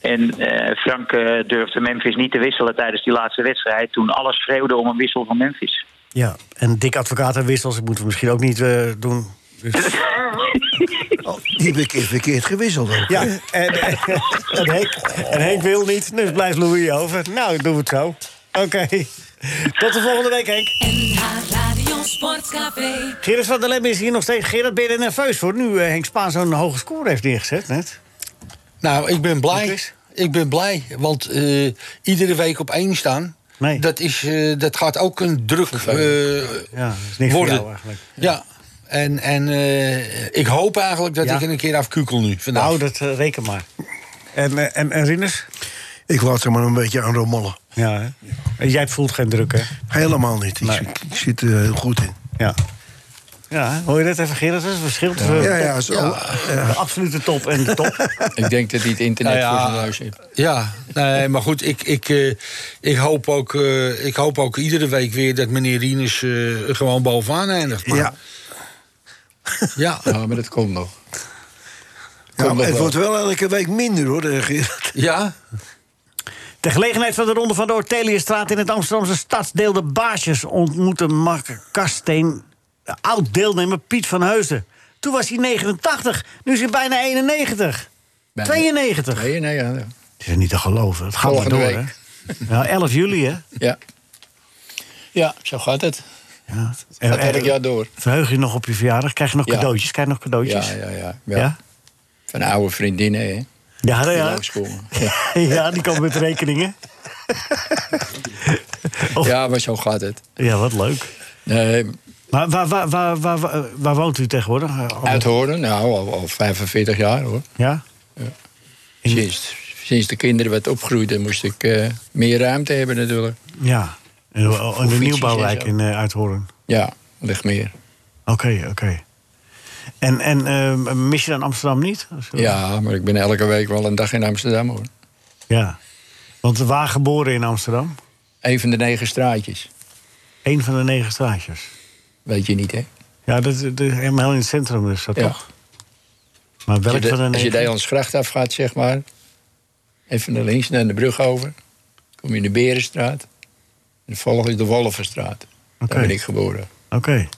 S7: En eh, Frank eh, durfde Memphis niet te wisselen tijdens die laatste wedstrijd... toen alles schreeuwde om een wissel van Memphis.
S3: Ja, en Dick Advocaat en Wissels dat moeten we misschien ook niet eh, doen.
S5: die heb ik keer verkeerd gewisseld. ook.
S3: Ja, en, en, en Henk, en Henk wil niet, dus blijft Louis over. Nou, doen we het zo. Oké. Tot de volgende week, Henk.
S1: NH Radio Sportcafé.
S3: Gerard van der Lem is hier nog steeds. Gerard, ben je er nerveus voor? Nu eh, Henk Spaan zo'n hoge score heeft neergezet net.
S6: Nou, ik ben blij.
S3: Chris?
S6: Ik ben blij, want eh, iedere week op één staan...
S3: Nee.
S6: Dat, is, eh, dat gaat ook een druk eh,
S3: Ja, dat is niks voor
S6: worden.
S3: jou eigenlijk.
S6: Ja, en, en eh, ik hoop eigenlijk dat
S3: Ja.
S6: ik er een keer afkukel nu vandaag.
S3: Nou, dat eh, reken maar. En, eh, en, en Rinus?
S5: Ik laat ze maar een beetje aan rommelen.
S3: Ja, hè? En jij voelt geen druk, hè?
S5: Helemaal niet. Ik,
S3: Nee.
S5: zit- ik zit er heel goed in.
S3: Ja. Ja, hoor je dat even, Gerard? Dat is het verschil tussen
S5: Ja, ja, zo.
S3: de absolute top en de top.
S8: Ik denk dat hij het internet
S6: Nou ja,
S8: voor zijn neus heeft.
S6: Ja, nee, maar goed, ik, ik, eh, ik, hoop ook, eh, ik hoop ook iedere week weer dat meneer Rinus eh, gewoon bovenaan eindigt. Maar,
S5: Ja,
S6: ja.
S8: Ja, maar dat komt nog.
S5: ja, maar
S8: nog
S5: het
S8: wel.
S5: wordt wel elke week minder hoor, eh, Gerard.
S6: Ja,
S3: Ter gelegenheid van de Ronde van de Orteliestraat in het Amsterdamse stadsdeel De Baasjes ontmoette Mark Kasteen de oud-deelnemer Piet van Heusden. Toen was hij 89, nu is hij bijna 91.
S8: Bijna.
S3: 92.
S8: Nee, nee, ja. ja.
S3: Het is niet te geloven, het gaat
S8: Volgende
S3: maar door.
S8: week.
S3: Hè? Ja, 11 juli, hè?
S8: Ja. ja, zo gaat het.
S3: Ja.
S8: Gaat elk jaar door.
S3: Verheug je nog op je verjaardag? Krijg je nog
S8: Ja.
S3: cadeautjes? Krijg je nog cadeautjes?
S8: Ja, ja, ja,
S3: Ja,
S8: ja. Van oude vriendinnen, hè. Die
S3: Ja, nou ja.
S8: langskomen. Ja.
S3: Ja, die komen met rekeningen.
S8: ja, maar zo gaat het.
S3: Ja, wat leuk.
S8: Nee,
S3: Maar waar, waar, waar, waar, waar, waar woont u tegenwoordig? Eh,
S8: uit Hoorn, nou, al, al 45 jaar, hoor.
S3: Ja?
S8: Sinds, sinds de kinderen wat opgroeiden moest ik eh, meer ruimte hebben, natuurlijk.
S3: Ja, in, de- in de
S8: fietsjes
S3: nieuwbouwwijk
S8: en zo.
S3: in eh, Uithoorn.
S8: Ja, ligt meer.
S3: Oké, oké. En, en eh, mis je dan Amsterdam niet? Of zo?
S8: Ja, maar ik ben elke week wel een dag in Amsterdam, hoor.
S3: ja. Want waar geboren in Amsterdam?
S8: Een van de negen straatjes.
S3: Eén van de negen straatjes.
S8: Weet je niet, hè?
S3: Ja, dat, dat, helemaal in het centrum dus, dat
S8: Ja.
S3: toch? Maar
S8: Als
S3: welk
S8: je,
S3: van de
S8: de, als je de
S3: negen?
S8: Elandsgracht afgaat, zeg maar. Even naar links, naar de brug over. Kom je in de Berenstraat. En dan volg je de Wolvenstraat.
S3: Oké.
S8: Daar ben ik geboren.
S3: Oké.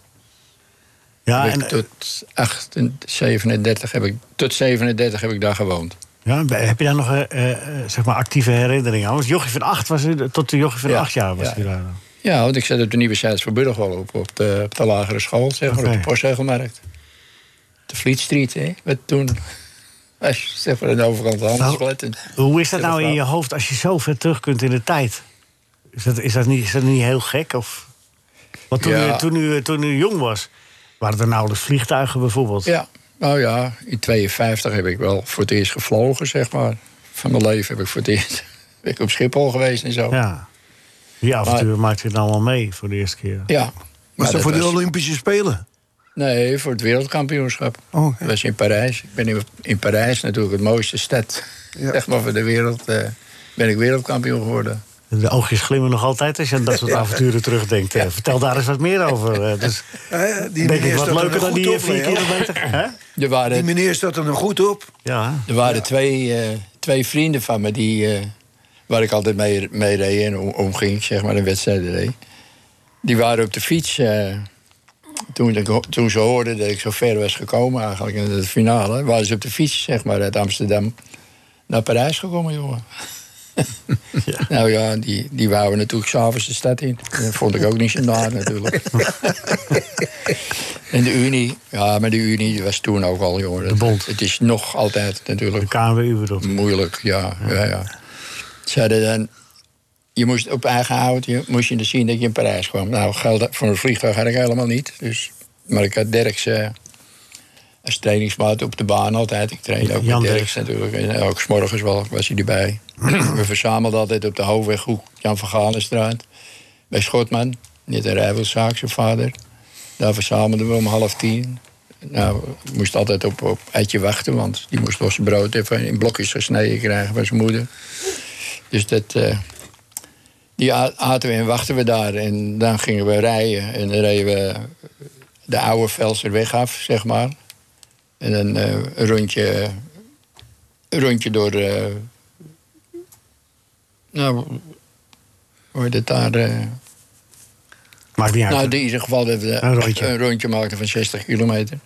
S3: Ja,
S8: Heb ik
S3: en, eh,
S8: tot, 38, 37 heb ik, tot 37 heb ik daar gewoond.
S3: ja, heb je daar nog eh, eh, eh, zeg maar actieve herinneringen aan? Want Jochie van Acht was u, tot de Jochie van
S8: Ja,
S3: Acht jaar was
S8: ja.
S3: u daar.
S8: Ja, want ik zat op de Nieuwe Zijds van Burgwal op, op, de, op de lagere school, zeg maar,
S3: Oké.
S8: op de postzegelmarkt. De Fleetstreet, hè? Wat toen. was, Zeg maar aan de overkant de handelsblad. En-
S3: Hoe is dat
S8: Zeg maar
S3: nou in je
S8: vrouw.
S3: hoofd als je zo ver terug kunt in de tijd? Is dat, is dat, niet, is dat niet heel gek? Of? Want toen,
S8: Ja.
S3: u, toen, u, toen u jong was, waren er nauwelijks vliegtuigen bijvoorbeeld.
S8: Ja, nou ja, in 52 heb ik wel voor het eerst gevlogen, zeg maar. Van mijn leven heb ik voor het eerst ben ik op Schiphol geweest en zo.
S3: ja. Die avontuur maakte je dan allemaal nou mee voor de eerste keer.
S8: Ja,
S5: Was dat
S8: dat
S5: voor de
S8: was-
S5: Olympische Spelen?
S8: Nee, voor het wereldkampioenschap.
S5: Oh,
S8: Dat was in Parijs. Ik ben in, in Parijs natuurlijk het mooiste stad.
S5: Ja.
S8: Zeg maar van de wereld. eh, ben ik wereldkampioen geworden.
S3: De oogjes glimmen nog altijd als je aan dat soort avonturen terugdenkt. eh. Vertel daar eens wat meer over. eh. Dus
S5: Eh, die
S3: denk ik
S5: meneer
S3: wat
S5: staat er
S3: leuker
S5: nog
S3: dan
S5: goed
S3: die eh,
S5: op,
S3: vier
S5: Leo.
S3: kilometer. Hè?
S8: Er waren
S5: Die meneer staat er nog goed op.
S3: Ja,
S8: Er waren twee, eh, twee vrienden van me die, eh, waar ik altijd mee, mee reed en om- omging, zeg maar, een wedstrijd reed. Die waren op de fiets eh, toen, ik ho- toen ze hoorden dat ik zo ver was gekomen eigenlijk in het finale. Waren ze op de fiets, zeg maar, uit Amsterdam naar Parijs gekomen, jongen. Nou ja, die, die wouden natuurlijk s'avonds de stad in. Dat vond ik ook niet zo naar natuurlijk. en de Unie, ja, maar de Unie die was toen ook al, jongen. De
S3: bond.
S8: Het is nog altijd natuurlijk
S3: de KNWU bedoel ik.
S8: Moeilijk, ja. ja. ja, Ze hadden dan... Je moest op eigen hout, je, moest je dus zien dat je in Parijs kwam. Nou, geld voor een vliegtuig had ik helemaal niet. Dus, maar ik had Derks eh, als trainingsmaat op de baan altijd. Ik trainde ook
S3: Jan
S8: met
S3: Derks.
S8: Derks natuurlijk. En eh, ook s'morgens wel was hij erbij. We verzamelden altijd op de Hoofdweghoek, Jan van Galenstraat. Bij Schotman, net een rijwelzaak, zijn vader. Daar verzamelden we om half tien. Nou, ik moest altijd op, op Eitje wachten, want die moest losse brood even in blokjes gesneden krijgen van zijn moeder. Dus dat, eh, die a- aten we en wachten we daar. En dan gingen we rijden. En dan reden we de oude Velser weg af, zeg maar. En dan eh, een rondje, een rondje door. eh, nou, hoe heet het daar? eh,
S3: Maakt niet uit.
S8: nou, in ieder geval dat we
S3: Een rondje.
S8: een rondje maakten van 60 kilometer.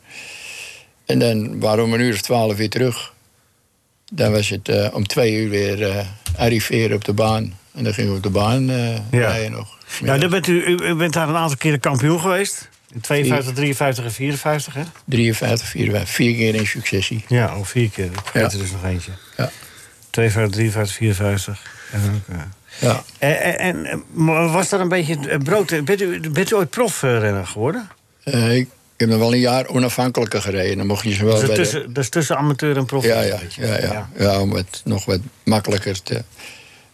S8: En dan waren we een uur of twaalf weer terug. Dan was het eh, om twee uur weer eh, arriveren op de baan. En dan gingen we op de baan eh
S3: Ja. Nou,
S8: rijden nog.
S3: ja, dan bent u, u u bent daar een aantal keren kampioen geweest. In 52, 53 en 54, hè?
S8: 53, 54, vier keer in successie.
S3: Ja, al vier keer. Ik weet er
S8: Ja.
S3: dus nog eentje.
S8: Ja.
S3: 52, 53, 54. En dan ook, eh.
S8: Ja.
S3: En, en- en, eh, maar was dat een beetje het brood? eh, Bent u, bent u ooit profrenner geworden?
S8: Eh, ik heb nog wel een jaar onafhankelijker gereden. Dan mocht je ze wel
S3: Dus
S8: bij de-
S3: tussen, dus tussen amateur en prof.
S8: Ja, ja, ja, ja. ja om het nog wat makkelijker te...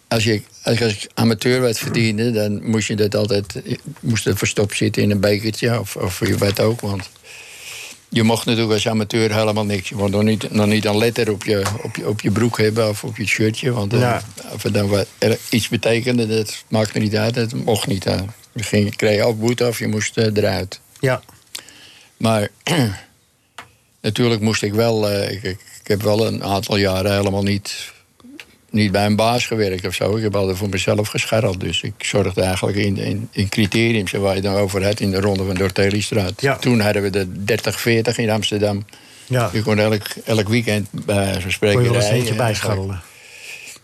S8: Als, je, als, als ik amateur werd verdiende, dan moest je dat altijd... moest dat verstopt zitten in een bekertje of, of je wat ook. Want je mocht natuurlijk als amateur helemaal niks. Je mocht nog niet, nog niet een letter op je, op, je, op je broek hebben of op je shirtje. Want dan,
S3: Ja.
S8: of het dan wat, er iets betekende, dat maakte niet uit. Dat mocht niet aan. Je ging, kreeg al boete of je moest eh, eruit.
S3: Ja.
S8: Maar natuurlijk moest ik wel. eh, ik, ik, ik heb wel een aantal jaren helemaal niet, niet bij een baas gewerkt of zo. Ik heb altijd voor mezelf gescharreld. Dus ik zorgde eigenlijk in, in, in criteriums waar je het dan over had in de ronde van Dorteliestraat.
S3: Ja.
S8: Toen hadden we de 30-40 in Amsterdam.
S3: ja.
S8: Je kon elk, elk weekend bij zo'n
S3: Kon je wel eens
S8: rijden.
S3: eentje bijscharrelen.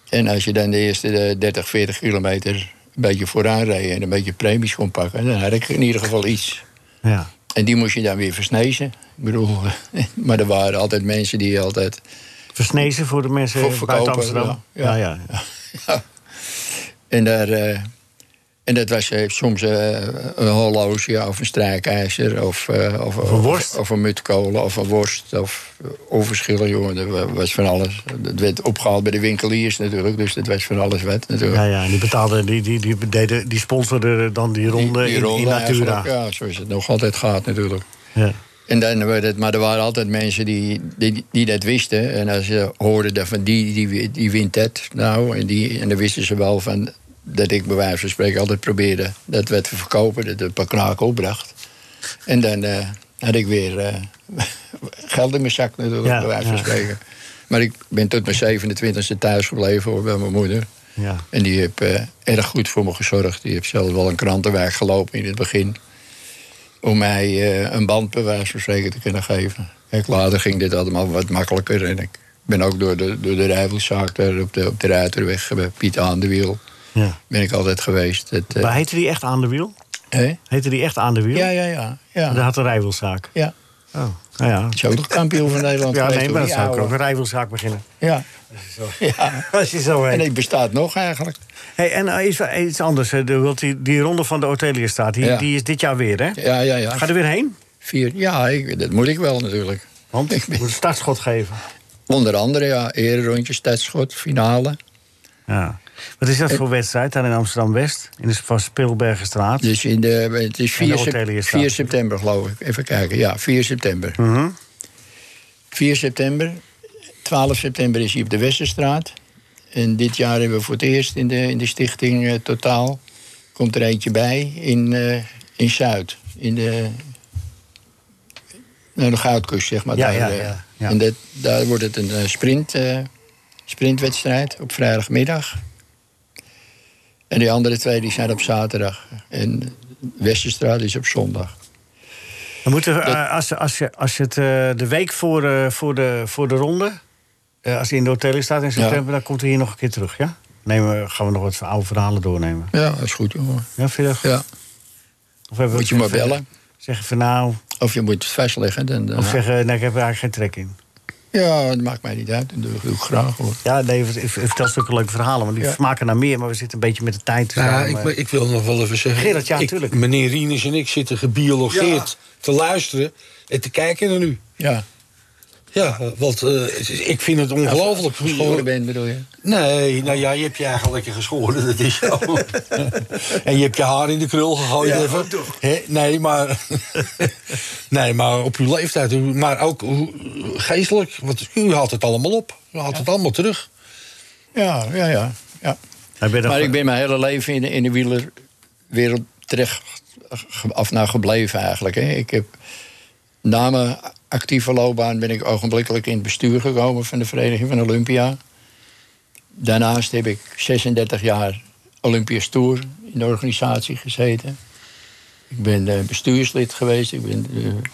S8: En als je dan de eerste eh, 30, 40 kilometer een beetje vooraan reed en een beetje premies kon pakken, dan had ik in ieder geval iets.
S3: Ja.
S8: En die moest je dan weer versnezen. Ik bedoel, maar er waren altijd mensen die altijd...
S3: Versnezen voor de mensen buiten
S8: Voor verkopen,
S3: Amsterdam.
S8: ja. Ja.
S3: ja. ja.
S8: En, daar, eh, en dat was eh, soms eh, een horloge of een strijkijzer... Of, eh, of,
S3: een worst.
S8: Of, een mutkolen of een worst of eh, overschillen, jongen. Dat wa- was van alles. Dat werd opgehaald bij de winkeliers natuurlijk. Dus dat was van alles wat natuurlijk.
S3: Ja, ja, en die betaalden, die, die, die, deden, die sponsoren dan die
S8: Die-
S3: ronde,
S8: die
S3: in- in,
S8: ronde
S3: Natura.
S8: eigenlijk, Ja, zo is het nog altijd gaat natuurlijk.
S3: Ja.
S8: En dan werd het, maar er waren altijd mensen die, die, die dat wisten. En als je hoorde dat van die, die, die wint dat nou. En, die, en dan wisten ze wel van dat ik bij wijze van spreken altijd probeerde dat werd te verkopen. Dat het een paar knaken opbracht. En dan eh, had ik weer eh, geld in mijn zak natuurlijk,
S3: Ja,
S8: bij wijze van
S3: ja.
S8: spreken. Maar ik ben tot mijn 27e thuis gebleven hoor, bij mijn moeder.
S3: Ja.
S8: En die heeft eh, erg goed voor me gezorgd. Die heeft zelf wel een krantenwerk gelopen in het begin. Om mij eh, een bandbewijs voor zeker te kunnen geven. Kijk, later ging dit allemaal wat makkelijker. En ik ben ook door de, door de rijvelzaak daar op de, op de Ruiterweg... eh, bij Piet aan de wiel
S3: Ja.
S8: ben ik altijd geweest. Het, eh,
S3: Maar heette die echt aan de wiel?
S8: hè?
S3: Heette die echt aan de wiel?
S8: Ja, ja, ja. ja.
S3: Dat had een rijwielzaak.
S8: Ah. ja.
S3: Oh. Nou ja.
S8: Is ook nog kampioen van Nederland
S3: Ja,
S8: geweest,
S3: nee,
S8: hoor,
S3: maar dat
S8: die
S3: zou ik ook
S8: ouwe.
S3: een rijwielzaak beginnen.
S8: Ja. ja.
S3: Als je zo
S8: En
S3: heet.
S8: die bestaat nog eigenlijk.
S3: Hey, en eh, iets, iets anders. hè. De- want die, die ronde van de Ortelia staat, die,
S8: Ja.
S3: die is dit jaar weer, hè?
S8: Ja, ja, ja.
S3: Ga er weer heen?
S8: Vier, ja, ik, dat moet ik wel natuurlijk.
S3: Want
S8: Ik
S3: ik
S8: ben-
S3: moet een startschot geven.
S8: Onder andere, ja, eerder rondje, stadschot, finale.
S3: Ja. Wat is dat voor wedstrijd dan in Amsterdam-West? In de Van Spilbergenstraat?
S8: Dus in de, het is
S3: En de
S8: 4, sep-
S3: Orteliusstraat.
S8: 4 september, geloof ik. Even kijken, ja, 4 september.
S3: Mhm.
S8: 4 september. 12 september is hij op de Westerstraat. En dit jaar hebben we voor het eerst in de, in de stichting eh, Totaal... komt er eentje bij in, eh, in Zuid. In de, nou, de Goudkust, zeg maar.
S3: Ja,
S8: daar,
S3: ja,
S8: eh.
S3: ja, ja.
S8: En dat, daar wordt het een eh, sprint, eh, sprintwedstrijd op vrijdagmiddag. En die andere twee die zijn op zaterdag. En Westerstraat is op zondag.
S3: Dan moeten we, eh, als, je- als, je, als je het eh, de week voor, eh, voor, de, voor de ronde... eh, als hij in de hotel staat in september, dan komt hij hier nog een keer terug, ja? Nemen, we- gaan we nog wat oude verhalen doornemen.
S8: Ja, dat is goed, jongen.
S3: Ja, vind je dat goed?
S8: Ja,
S3: Of hebben we
S8: moet je maar
S3: zeggen-
S8: bellen.
S3: Zeggen van nou...
S8: Of je moet het vastleggen. Dan, dan-
S3: Of zeggen, nee, ik heb er eigenlijk geen trek in.
S8: Ja, dat maakt mij niet uit. Dat doe ik ook graag, hoor.
S3: Ja, nee, want ik, ik vertel zulke leuke verhalen. Want die
S8: Ja.
S3: smaken naar meer, maar we zitten een beetje met de tijd. Dus
S6: Ja,
S3: daarom,
S6: ik,
S3: eh,
S6: ik wil nog wel even zeggen.
S3: Gerard, ja,
S6: ik-
S3: tuurlijk.
S6: Meneer Rienes en ik zitten gebiologeerd te luisteren en te kijken naar u.
S8: Ja,
S6: Ja, want eh, het is- ik vind het ongelooflijk.
S8: geschoren bent bedoel je?
S6: Nee, nou ja, je hebt je eigenlijk lekker geschoren, dat is zo. en je hebt je haar in de krul gegooid
S8: Ja,
S6: even.
S8: ook toch.
S6: Hè? Nee, maar... nee, maar op uw leeftijd, hoe- maar ook hoe- geestelijk. Want u haalt het allemaal op. U haalt het allemaal terug.
S8: Ja, ja, ja. ja.
S3: hij bent nog-
S8: Maar ik ben mijn hele leven in, de- in de wielerwereld terecht ge- af naar gebleven eigenlijk. Hè. Ik heb na mijn actieve loopbaan ben ik ogenblikkelijk in het bestuur gekomen van de Vereniging van Olympia. Daarnaast heb ik 36 jaar Olympisch Tour in de organisatie gezeten. Ik ben eh, bestuurslid geweest, ik ben eh,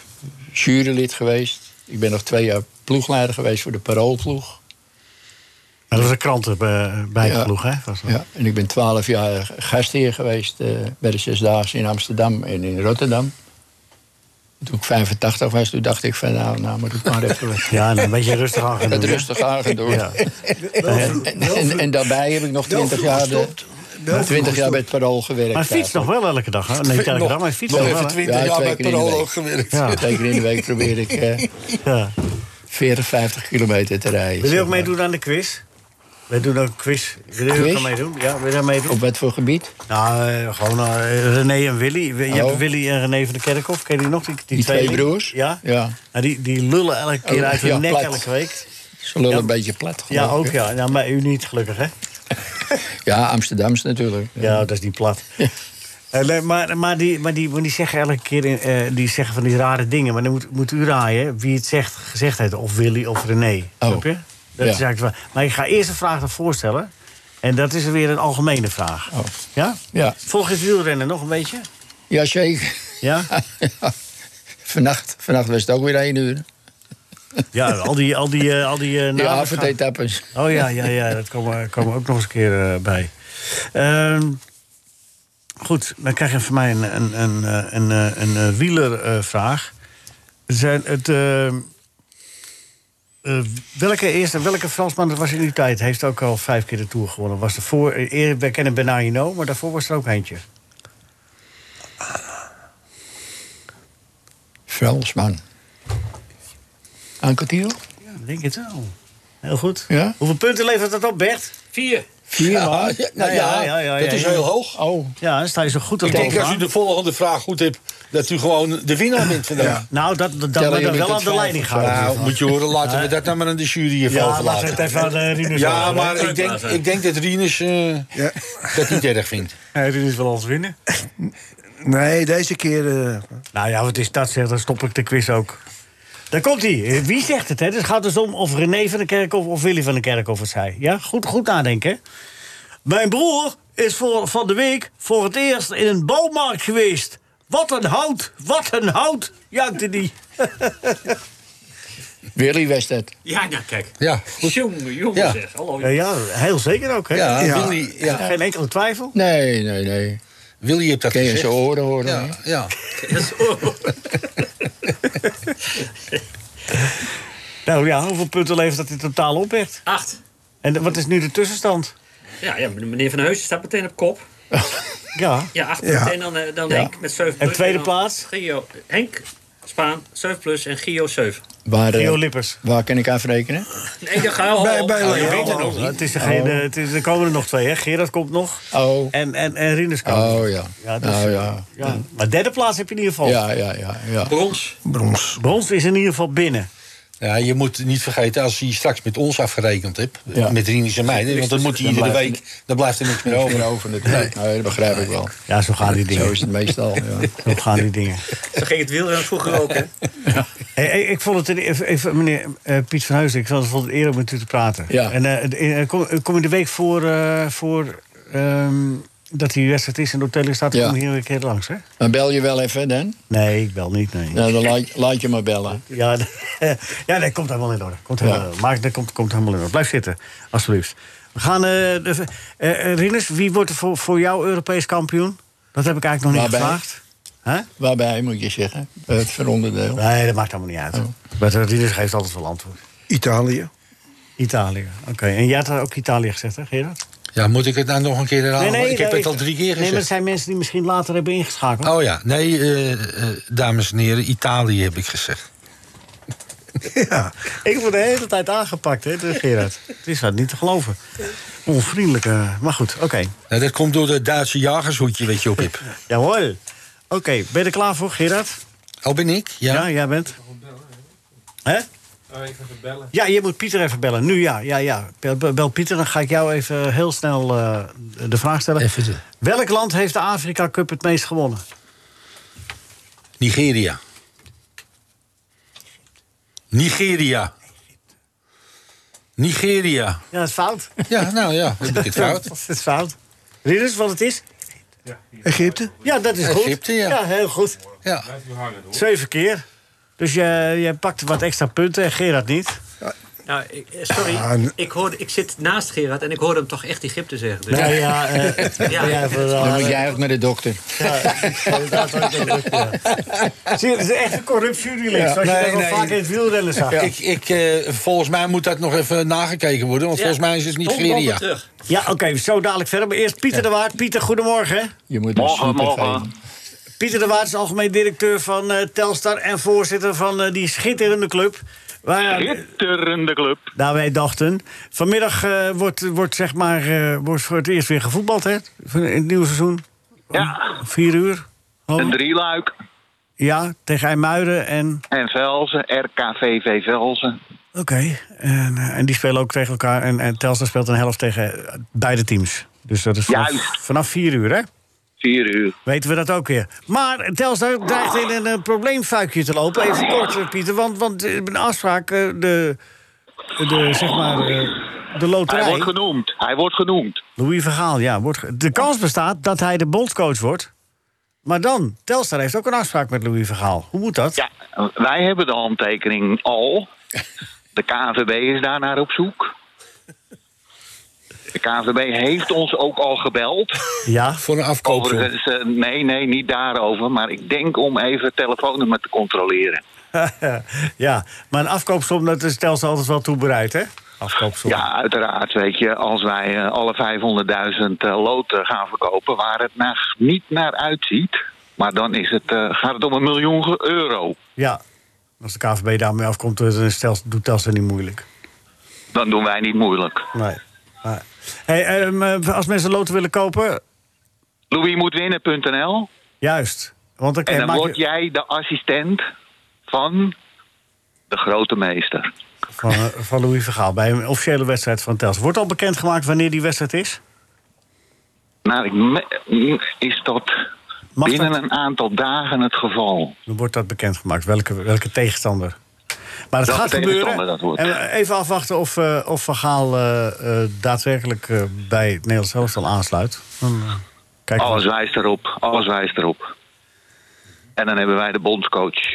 S8: jurylid geweest. Ik ben nog twee jaar ploegleider geweest voor de Paroolploeg.
S3: dat was een kranten bijgeploeg, hè? Was dat.
S8: Ja, en ik ben twaalf jaar gastheer geweest eh, bij de Zesdaagse in Amsterdam en in Rotterdam. Toen ik 85 was, toen dacht ik van nou, nou moet ik maar even wat-
S3: Ja, nou, een beetje rustig aan gaan
S8: wat
S3: doen, hè?
S8: rustig aan gaan doen.
S3: Ja.
S8: En, en, en daarbij heb ik nog 20 jaar, de- 20 jaar bij het parool gewerkt.
S3: Maar hij fietst nog
S8: eigenlijk.
S3: wel elke dag, hè? Nee, niet elke dag, maar hij fietst
S6: nog
S3: nog
S6: even
S3: wel. hè?
S6: 20
S8: Ja,
S6: jaar
S8: twee
S6: bij
S8: keer in de
S6: Parool
S8: week.
S6: ook gewerkt.
S3: Ja.
S8: Twee keer in de week probeer ik eh,
S3: Ja.
S8: 40, 50 kilometer te rijden.
S3: Wil je
S8: zeg
S3: ook
S8: maar.
S3: meedoen aan de quiz? Wij doen ook een quiz. Wil je ook
S8: Quiz?
S3: aan meedoen? Ja, wil je daar meedoen?
S8: Op wat voor gebied?
S3: Nou, eh, gewoon eh, René en Willy. Je hebt
S8: Oh.
S3: Willy en René van de Kerkhof. Ken je die nog? Die,
S8: Die twee broers?
S3: Ja.
S8: Ja.
S3: Nou, die, die lullen elke keer
S8: Oh,
S3: uit hun
S8: ja,
S3: nek
S8: plat.
S3: elke week.
S8: Ze lullen
S3: Ja.
S8: een beetje plat.
S3: Ja,
S8: geloof
S3: ook
S8: ik.
S3: ja. Nou, maar u niet, gelukkig, hè?
S8: Ja, Amsterdams natuurlijk.
S3: Ja, dat is niet plat. Eh, nee, maar, maar, die, maar, die, maar die zeggen elke keer in, eh, die zeggen van die rare dingen. Maar dan moet, moet u raaien wie het zegt, gezegd heeft. Of Willy of René. Snap je? Dat
S8: Oh. ja.
S3: is eigenlijk waar. Maar ik ga eerst een vraag naar voorstellen. En dat is weer een algemene vraag.
S8: Oh.
S3: Ja?
S8: Ja.
S3: Volg het wielrennen nog een beetje?
S8: Ja, zeker.
S3: Ja?
S8: vannacht, vannacht was het ook weer één uur.
S3: Ja, al die, al die, eh, al die eh,
S8: Die
S3: namen gaan-
S8: avondetappes.
S3: Oh ja, ja, ja, dat komen komen ook nog eens een keer eh, bij. Ehm, goed, dan krijg je van mij een, een, een, eh, een, eh, een, eh, wielervraag. Zijn het, ehm, eh, welke, eerste, welke Fransman, dat was in die tijd, heeft ook al vijf keer de Tour gewonnen? Was ervoor, eh, eer, we kennen Benahino, maar daarvoor was er ook eentje.
S8: Fransman. Anquetil?
S3: Ja, ik denk het wel. Heel goed.
S8: Ja?
S3: Hoeveel punten levert dat op, Bert?
S4: Vier.
S8: Vier man.
S6: Ah, ja, nou
S3: Ja,
S6: ja,
S3: ja, ja, ja,
S6: dat is
S3: ja.
S6: heel hoog.
S8: Oh,
S3: Ja, dan sta je zo goed als
S6: Ik denk dat
S3: bovenaan.
S6: als u de volgende vraag goed hebt, dat u gewoon de winnaar bent vandaag.
S3: Nou, dat, dat, dat,
S8: Tellen
S3: dat
S8: jullie
S3: wel
S8: tot
S3: aan de
S8: vijf
S3: leiding
S8: of
S3: gaan.
S6: Nou, moet je horen, laten we dat nou maar aan de jury even
S3: ja, laten we
S6: overlaten.
S3: het even aan de Rinus
S6: Ja,
S3: overlaten.
S6: maar ik denk, ik denk dat Rinus eh,
S5: Ja.
S6: dat niet erg vindt.
S3: Hey, dit is wel ons winnen.
S5: Nee, deze keer... eh,
S3: Nou ja, wat is dat zeg, dan stop ik de quiz ook. Daar komt hij. Wie zegt het? Hè? Dus het gaat dus om of René van den Kerkhof of Willy van den Kerkhof het zei. Ja, goed, goed nadenken. hè? Mijn broer is voor, van de week voor het eerst in een bouwmarkt geweest. Wat een hout, wat een hout, jankte die.
S8: Willy was dat.
S9: Ja, nou kijk.
S6: Ja, goed.
S9: Jongen, jongen
S6: Ja.
S9: zeg. Hallo.
S3: Eh, Ja, ja, heel zeker ook, hè?
S6: Ja,
S5: Ja.
S6: Willy, ja.
S3: Geen enkele twijfel.
S8: Nee, nee, nee.
S6: Willy heeft dat
S8: Kun je
S6: gezegd.
S8: zijn oren horen? hè?
S6: Ja, ja.
S3: Nou ja, hoeveel punten levert dat in totaal op, Bert?
S9: Acht.
S3: En wat is nu de tussenstand?
S9: Ja, ja, meneer Van Heusden staat meteen op kop.
S3: Ja.
S9: Ja, achter
S5: Ja.
S9: meteen dan, eh, dan
S8: Ja.
S9: Henk met zeven punten.
S3: tweede
S9: dan
S3: plaats?
S9: Gio. Henk, Spaan 7 plus en Gio 7.
S8: Waar, eh,
S3: Theo Lippers.
S8: waar kan ik afrekenen?
S9: Nee, dat ga je al.
S5: Bij- bij
S9: Oh, je
S5: Leo.
S9: weet het nog niet.
S3: Het is degene, het is, er komen er nog twee, hè? Gerard komt nog.
S8: Oh,
S3: En, en, en Rinus komt nog.
S8: oh ja.
S3: Ja, dus-
S8: nou, ja.
S3: Ja. Maar derde plaats heb je in ieder geval.
S8: Ja, ja, ja, ja.
S9: Brons.
S5: Brons.
S3: Brons is in ieder geval binnen.
S6: Ja, je moet niet vergeten, als hij straks met ons afgerekend hebt,
S8: Ja.
S6: met Rinus en mij, want dan moet hij iedere
S8: blijft-
S6: week, dan blijft er niks meer over.
S8: Meer over het nee, nou, dat begrijp ik wel.
S3: Ja, zo gaan die
S8: Zo
S3: dingen.
S8: is het meestal. Ja.
S3: Zo gaan die dingen.
S9: Zo ging het wielrennen vroeger ook, hè?
S3: Hey, hey, ik vond het, een- even, even, meneer eh, Piet van Huizen, ik vond het vond het eer om met u te praten.
S8: Ja.
S3: En eh, de- eh, kom, eh, kom je de week voor, eh, voor ehm, dat die wedstrijd is en de hotel staat,
S8: Ja.
S3: kom je hier een keer langs, hè?
S8: Dan bel je wel even, Dan.
S3: Nee, ik bel niet, nee. Ja,
S8: Nou, dan laat, laat je maar bellen.
S3: ja, dat komt helemaal in orde. Komt helemaal, in orde. Maar dat komt, komt helemaal in orde. Blijf zitten, alsjeblieft. We gaan, eh de- eh, eh, Rinus, wie wordt er voor, voor jou Europees kampioen? Dat heb ik eigenlijk nog niet
S8: Waarbij?
S3: gevraagd. Hè?
S8: Waarbij, moet je zeggen, het veronderdeel.
S3: Nee, dat maakt allemaal niet
S6: Oh.
S3: uit. Maar eh, Rinus geeft altijd wel antwoord.
S5: Italië.
S3: Italië, oké. En jij had ook Italië gezegd, hè, Gerard?
S6: Ja, moet ik het nou nog een keer herhalen? ik heb
S3: nee,
S6: het al drie keer
S3: Nee, maar het
S6: gezegd.
S3: zijn mensen die misschien later hebben ingeschakeld.
S6: Oh ja, nee, eh, eh, dames en heren, Italië heb ik gezegd.
S5: Ja.
S3: Ik word de hele tijd aangepakt, hè, door Gerard. het is wat niet te geloven. Onvriendelijke. Maar goed, oké.
S6: Nou, dat komt door dat Duitse jagershoedje wat je op hebt.
S3: Jawohl. Oké, ben je er klaar voor, Gerard?
S6: Al Oh, ben ik? Ja.
S3: Ja, jij bent. Hè? Oh, bellen. Ja, je moet Pieter even bellen. Nu ja, ja, ja. Bel, bel Pieter, dan ga ik jou even heel snel eh, de vraag stellen.
S6: Even de-
S3: Welk land heeft de Afrika Cup het meest gewonnen?
S6: Nigeria. Nigeria. Nigeria.
S3: Ja, dat is fout.
S6: Ja, nou ja, heb ik het fout.
S3: Dat is fout. Ridders, wat het is?
S5: Egypte.
S3: Ja, dat is goed.
S6: Egypte, ja.
S3: heel goed.
S6: Ja.
S3: Zeven keer. Dus je, je pakt wat extra punten en Gerard niet.
S9: Nou, ik- eh, sorry,
S5: Ah, n-
S9: ik, hoorde, ik zit naast Gerard en ik hoorde hem toch echt Egypte zeggen. Dus.
S3: Nou ja, eh,
S9: Ja.
S3: ja,
S8: Dan
S3: vooral.
S8: moet jij ook naar de dokter.
S3: Zie je, het is echt een corrupt jurylinks.
S6: Ja.
S3: Zoals je
S6: Nee,
S3: dat
S6: nee.
S3: al vaak in het wielrennen zag. Ja,
S6: Ik, ik, eh, volgens mij moet dat nog even nagekeken worden, want volgens mij is het
S9: Tom, loop maar
S6: Nigeria.
S3: eh,
S9: terug.
S3: oké, zo dadelijk verder. Maar eerst Pieter de Waard. Pieter, goedemorgen.
S8: Je moet een
S7: Morgen,
S8: super
S7: morgen.
S8: geven.
S3: Pieter de Waard is algemeen directeur van eh, Telstar... en voorzitter van eh, die schitterende club. Waar,
S7: Schitterende club.
S3: Nou, wij dachten. Vanmiddag eh, wordt, wordt, zeg maar, eh, wordt voor het eerst weer gevoetbald, hè? Voor- In het nieuwe seizoen.
S7: Ja,
S3: Om Vier uur. half-
S9: Oh.
S7: een drieluik.
S3: Ja, tegen IJmuiden en...
S7: En Velzen, RKVV Velzen.
S3: Oké. En, eh, en die spelen ook tegen elkaar. En, en Telstar speelt een helft tegen eh, beide teams. Dus dat is vanaf,
S7: Juist.
S3: vanaf vier uur, hè?
S7: Vier uur.
S3: Weten we dat ook weer. Maar Telstar dreigt in een eh, probleemfuikje te lopen. Even kort, eh, Pieter. Want, want eh, een afspraak, eh, de, de, zeg maar, eh, de
S7: Hij
S3: loterij...
S7: wordt genoemd. Hij wordt genoemd.
S3: Louis Vergaal, ja. Wordt ge- de kans bestaat dat hij de bondscoach wordt. Maar dan, Telstar heeft ook een afspraak met Louis Vergaal. Hoe moet dat?
S7: Ja,
S9: Dus-
S7: wij hebben de handtekening al. De KVB is daar naar op zoek. De KVB heeft ons ook al gebeld.
S3: Ja,
S6: Voor een afkoopsom.
S7: Overigens, eh, nee, nee, niet daarover. Maar ik denk om even het telefoonnummer te controleren.
S3: ja. maar een afkoopsom, dat is Telstar altijd wel toebereid, hè? Afkoopsom.
S7: Ja, uiteraard, weet je. Als wij eh, alle 500.000 eh, loten gaan verkopen... waar het naar, niet naar uitziet... maar dan is het, eh, gaat het om een miljoen ge- euro.
S3: Ja. Als de KVB daarmee afkomt, dan is Telstar- doet Telstar niet moeilijk.
S7: Dan doen wij niet moeilijk.
S3: Nee. Nee. Hey, ehm, eh, als mensen loten willen kopen,
S7: louismoetwinnen.nl
S3: juist. Want dan,
S7: En dan
S3: maak
S7: word jij de assistent van de grote meester.
S3: Van, eh, van Louis Vergaal bij een officiële wedstrijd van Telstar. Wordt al bekendgemaakt wanneer die wedstrijd is?
S7: Nou, ik me- is dat
S3: Mag
S7: binnen
S3: dat?
S7: een aantal dagen het geval.
S3: Dan wordt dat bekendgemaakt, welke, welke tegenstander. Maar het
S7: Welke
S3: gaat gebeuren.
S7: tegenstander dat wordt.
S3: En eh, even afwachten of, eh, of Van Gaal eh, eh, daadwerkelijk eh, bij het Nederlands elftal aansluit. Dan, eh, kijken we.
S7: Alles wijst erop, alles wijst erop. En dan hebben wij de bondscoach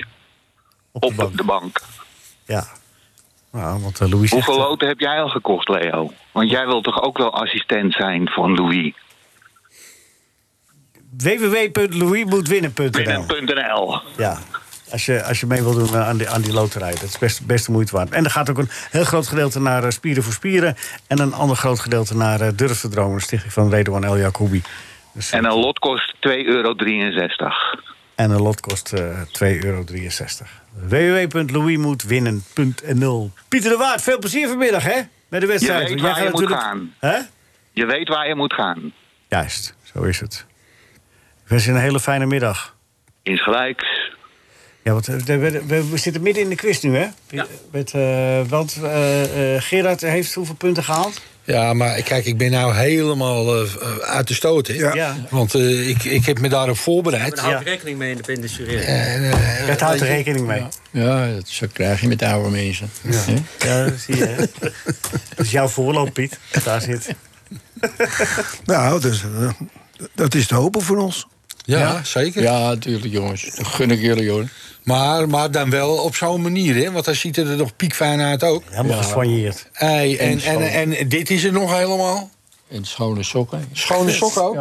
S3: Op de
S7: op
S3: bank.
S7: de bank.
S3: Ja. Nou, want eh, Louis zegt,
S7: Hoeveel
S3: eh,
S7: loten heb jij al gekocht, Leo? Want jij wilt toch ook wel assistent zijn van Louis?
S3: eh, www.louismoetwinnen.nl
S7: Binnen.nl.
S3: Ja. Als je, als je mee wil doen eh, aan die, aan die loterij. Dat is best, best de moeite waard. En er gaat ook een heel groot gedeelte naar eh, Spieren voor Spieren. En een ander groot gedeelte naar eh, Durf te Dromen. De stichting van Redouan El Jacoubi. Dus, eh,
S7: En een lot kost 2,63 euro.
S3: En een lot kost eh 2,63 euro. www.louismoetwinnen.nl Pieter de Waard, veel plezier vanmiddag, hè? Met de
S10: Je
S3: wedstrijd.
S10: weet
S3: Jij
S10: waar
S3: gaat
S10: je moet
S3: natuurlijk-
S10: gaan.
S3: Hè?
S10: Je weet waar je moet gaan.
S3: Juist, zo is het. Ik wens je een hele fijne middag.
S10: Insgelijks.
S3: Ja, want eh, we, we- we zitten midden in de quiz nu, hè? Met, eh, want eh, eh, Gerard heeft hoeveel punten gehaald?
S6: Ja, maar kijk, ik ben nou helemaal eh, eh, uit de stoot. hè.
S5: Ja.
S3: Ja.
S6: Want eh, ik, ik heb me daarop voorbereid.
S9: Daar houdt rekening mee in de, in de jury.
S6: En, eh,
S3: Dat houdt er rekening mee.
S8: Ja, dat, zo krijg je met oude mensen. Hè?
S3: Ja, dat zie je. hè? Dat is jouw voorloop, Piet. Daar zit.
S5: Nou, dus, eh, dat is te hopen voor ons.
S6: ja, zeker.
S8: Ja, natuurlijk jongens. Dat gun ik jullie hoor.
S6: Maar, maar dan wel op zo'n manier, hè? want hij ziet er nog piekfijn uit ook.
S3: Helemaal gesoigneerd.
S6: Hey, en,
S8: schoon.
S6: en, en, dit is er nog helemaal.
S8: En schone sokken.
S6: Schone sok ook.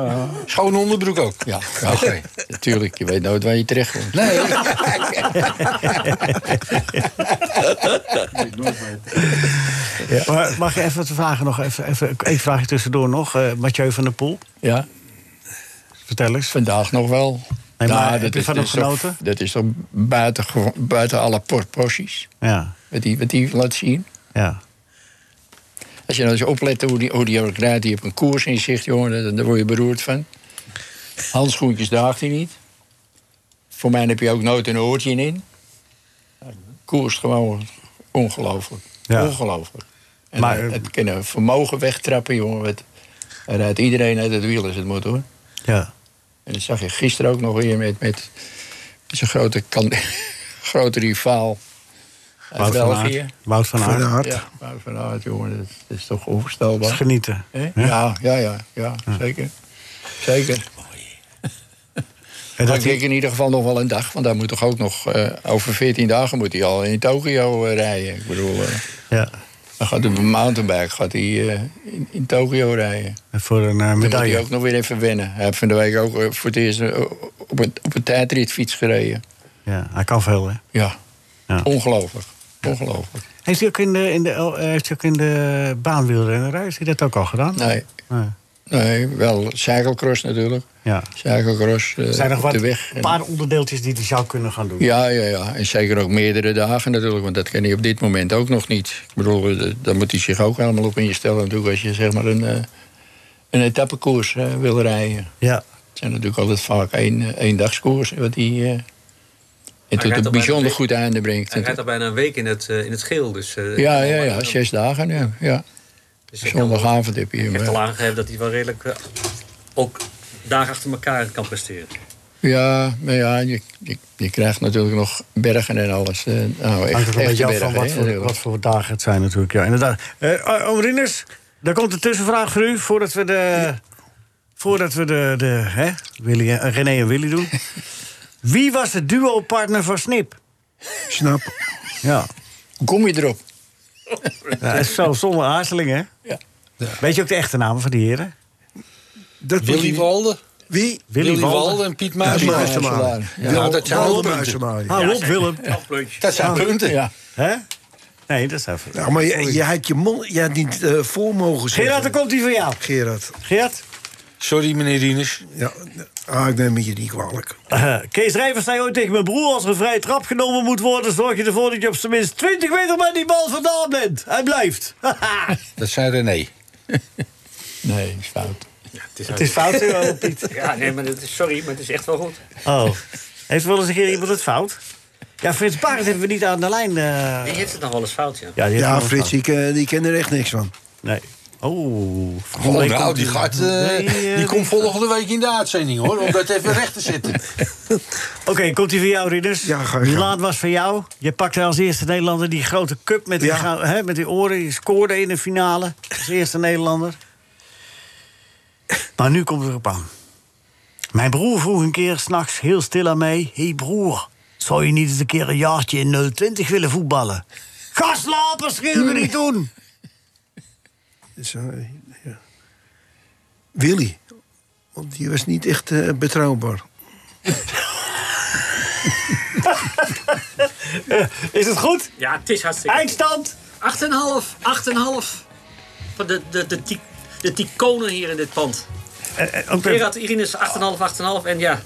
S6: Schone onderbroek ook.
S8: Ja, ja
S6: Oké.
S8: natuurlijk. Je weet nooit waar je terecht komt.
S6: Nee.
S3: Maar mag ik even wat vragen nog? Even, even, ik vraag je tussendoor nog. eh, Mathieu van der Poel,
S8: Ja,
S3: vertel eens.
S8: vandaag nog wel. Nou,
S3: maar heb je
S8: is-
S3: van hem
S8: is toch-
S3: genoten?
S8: Dat is toch buiten, buiten alle proporties.
S3: Ja,
S8: Wat die, wat die laat zien.
S3: ja.
S8: Als je nou eens oplet hoe die, hoe die ook rijdt, die op een koers in zicht, jongen, daar, daar word je beroerd van. Handschoentjes draagt hij niet. Voor mij heb je ook nooit een oortje in. Koers gewoon ongelooflijk.
S3: Ja.
S8: Ongelooflijk. En
S3: Maar,
S8: maar, het,
S3: eh,
S8: het kunnen vermogen wegtrappen, jongen. Het, hij rijdt iedereen uit het wiel als het moet, hoor.
S3: ja.
S8: En dat zag je gisteren ook nog weer met, met zijn grote, kan, grote rivaal uit
S3: Wout van Aert.
S8: België.
S3: Wout van
S5: Van
S3: Aard.
S5: Aert.
S8: Ja, maar van Aert, jongen, dat, dat is toch onvoorstelbaar.
S3: Genieten.
S8: Hè? Ja, ja, ja, ja, zeker. Zeker.
S3: En
S8: Maar
S3: dat
S8: ik denk
S3: die,
S8: in ieder geval nog wel een dag, want daar moet toch ook nog eh, over 14 dagen moet hij al in Tokio eh, rijden. Ik bedoel, eh,
S3: ja.
S8: dan gaat hij op een mountainbike gaat hij, eh, in, in Tokio rijden.
S3: En Voor een eh,
S8: Dan moet hij
S3: medaille.
S8: ook nog weer even wennen. Hij heeft van de week ook eh, voor het eerst eh, op een, op een tijdritfiets gereden.
S3: Ja, hij kan veel, hè?
S8: Ja,
S3: Ja.
S8: ongelooflijk. Ongelooflijk.
S3: Heeft hij ook in de, in de, eh, heeft hij ook in de baanwielrennerij? Heeft hij dat ook al gedaan?
S8: Nee,
S3: Nee.
S8: nee, wel cyclocross natuurlijk.
S3: Ja.
S8: Cyclocross eh,
S3: Er zijn nog
S8: op
S3: wat
S8: de weg.
S3: een
S8: En-
S3: paar onderdeeltjes die hij zou kunnen gaan doen.
S8: Ja, ja, ja. En zeker ook meerdere dagen natuurlijk. Want dat kan hij op dit moment ook nog niet. Ik bedoel, eh, daar moet hij zich ook helemaal op instellen natuurlijk. Als je zeg maar een, eh, een etappekoers eh, wil rijden.
S3: Ja.
S8: Het zijn natuurlijk altijd vaak één, eh, ééndagskoersen. Wat hij eh, en tot
S9: rijdt al
S8: een
S9: bijna
S8: bijzonder
S9: twee-
S8: goed einde brengt.
S9: Hij rijdt al bijna een week in het, eh, in het geel. Dus, eh,
S8: Ja, ja, ja. Zes dagen nu. Ja.
S9: dus je kan wel-
S8: Zondagavond heb je
S9: Hij
S8: hem.
S9: heeft al
S8: eh.
S9: aangegeven dat hij wel redelijk eh, ook dagen achter elkaar kan presteren.
S8: Ja, maar ja, je, je, je krijgt natuurlijk nog bergen en alles. eh, nou, echt,
S3: Hangt er een
S8: echte
S3: beetje af
S8: bergen.
S3: van wat
S8: hè,
S3: voor,
S8: natuurlijk.
S3: wat voor dagen het zijn natuurlijk. Ja, inderdaad. Eh Oom Rieners, daar komt een tussenvraag voor u. Voordat we de... Voordat we de, de hè, Willy, eh, René en Willy doen. Wie was de duo-partner van Snip?
S5: Snap.
S3: Ja.
S8: Hoe kom je erop?
S3: ja en zo zonder aarzeling, hè?
S8: Ja.
S3: Weet je ook de echte namen van die heren?
S5: Dat
S6: Willy Walden.
S5: Wie?
S3: Willy
S6: Willy
S3: Walden.
S6: Walden en Piet
S5: Ja,
S6: Muisema.
S5: Muiselaar.
S8: Ja.
S6: Ja, dat zijn
S5: Waarom
S6: wel punten.
S5: Muiselaar?
S3: Hou op, Ah, Willem.
S9: Afleutje.
S6: Dat zijn punten.
S8: Ja.
S3: Hè? Nee, dat is even...
S5: Nou, maar je, je had je mond je had niet eh, voor mogen zeggen.
S3: Gerard, daar komt hij van jou.
S5: Gerard.
S3: Gerard?
S6: Sorry, meneer Rieners.
S5: Ja, ah, ik neem het je niet kwalijk.
S3: Eh, Kees Rijvers zei ooit tegen mijn broer... als er een vrije trap genomen moet worden... zorg je ervoor dat je op zijn minst 20 meter bij die bal vandaan bent. Hij blijft.
S6: Dat zijn René.
S8: Nee, is fout.
S3: het is fout, hè, Piet?
S9: Ja, nee, maar dat is, sorry, maar het is echt wel goed.
S3: Oh. Heeft wel eens een keer iemand het fout? Ja, Frits Barend hebben we niet aan de lijn. eh.
S9: Die heeft het nog wel eens fout, ja.
S3: Ja, die heeft wel
S5: Ja,
S3: eens
S5: Frits,
S3: fout.
S5: ik, eh, die ken er echt niks van.
S3: Nee. Oh.
S6: Oh,
S3: Volgende week
S6: nou,
S3: komt
S6: die,
S3: hij.
S6: gaat, eh,
S3: Nee, eh,
S6: die
S3: die-
S6: komt volgende week in de uitzending hoor. Om dat even recht te zetten.
S3: Oké, komt die van jou, Ridders?
S5: Ja, ga je gang.
S3: Milaan was van jou. Je pakte als eerste Nederlander die grote cup met die,
S5: Ja.
S3: gou- hè, met die oren. Je scoorde in de finale als eerste Nederlander. Maar nu komt er op aan. Mijn broer vroeg een keer s'nachts heel stil aan mij... Hé hey broer, zou je niet eens een keer een jaartje in 020 willen voetballen? Ga slapen, schreeuw me niet doen!
S5: Dus, eh, ja. Willy. Want die was niet echt eh, betrouwbaar.
S3: Is het goed?
S9: Ja, het is hartstikke
S3: Eindstand!
S9: 8,5. 8,5. Van de, de, de, ti- de, ticonen hier in dit pand.
S3: Eh, eh, oké.
S9: Gerard Irines 8,5, 8,5. En ja,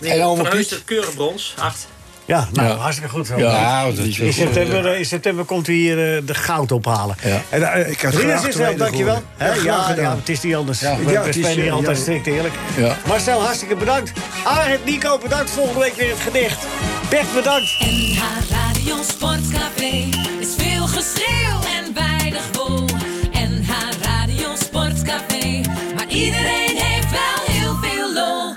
S6: En allemaal
S9: Van
S6: Piet.
S9: Heusden, keurig brons, acht.
S3: Ja, nou,
S8: Ja.
S3: hartstikke goed. Zo.
S8: Ja,
S6: dat is-
S3: in, september, eh, in september komt hij hier eh, de goud ophalen.
S8: Ja.
S3: En, eh,
S5: Ik had
S3: Rinus
S5: graag
S3: Israël,
S5: tweede
S3: dankjewel.
S5: geworden.
S3: Hè,
S5: Ja,
S3: ja,
S5: graag
S3: ja,
S5: gedaan.
S3: het is niet anders.
S6: Ja,
S3: we
S5: ja,
S3: we
S5: het is,
S3: spelen hier
S5: eh,
S3: altijd
S5: ja.
S3: strikt eerlijk.
S8: Ja.
S3: Marcel, hartstikke bedankt. Arend, Nico, bedankt. Volgende week weer het gedicht. Bert, bedankt.
S1: NH Radio Sportcafé is veel geschreeuw en weinig wol. NH Radio Sportcafé, maar iedereen heeft wel heel veel lol.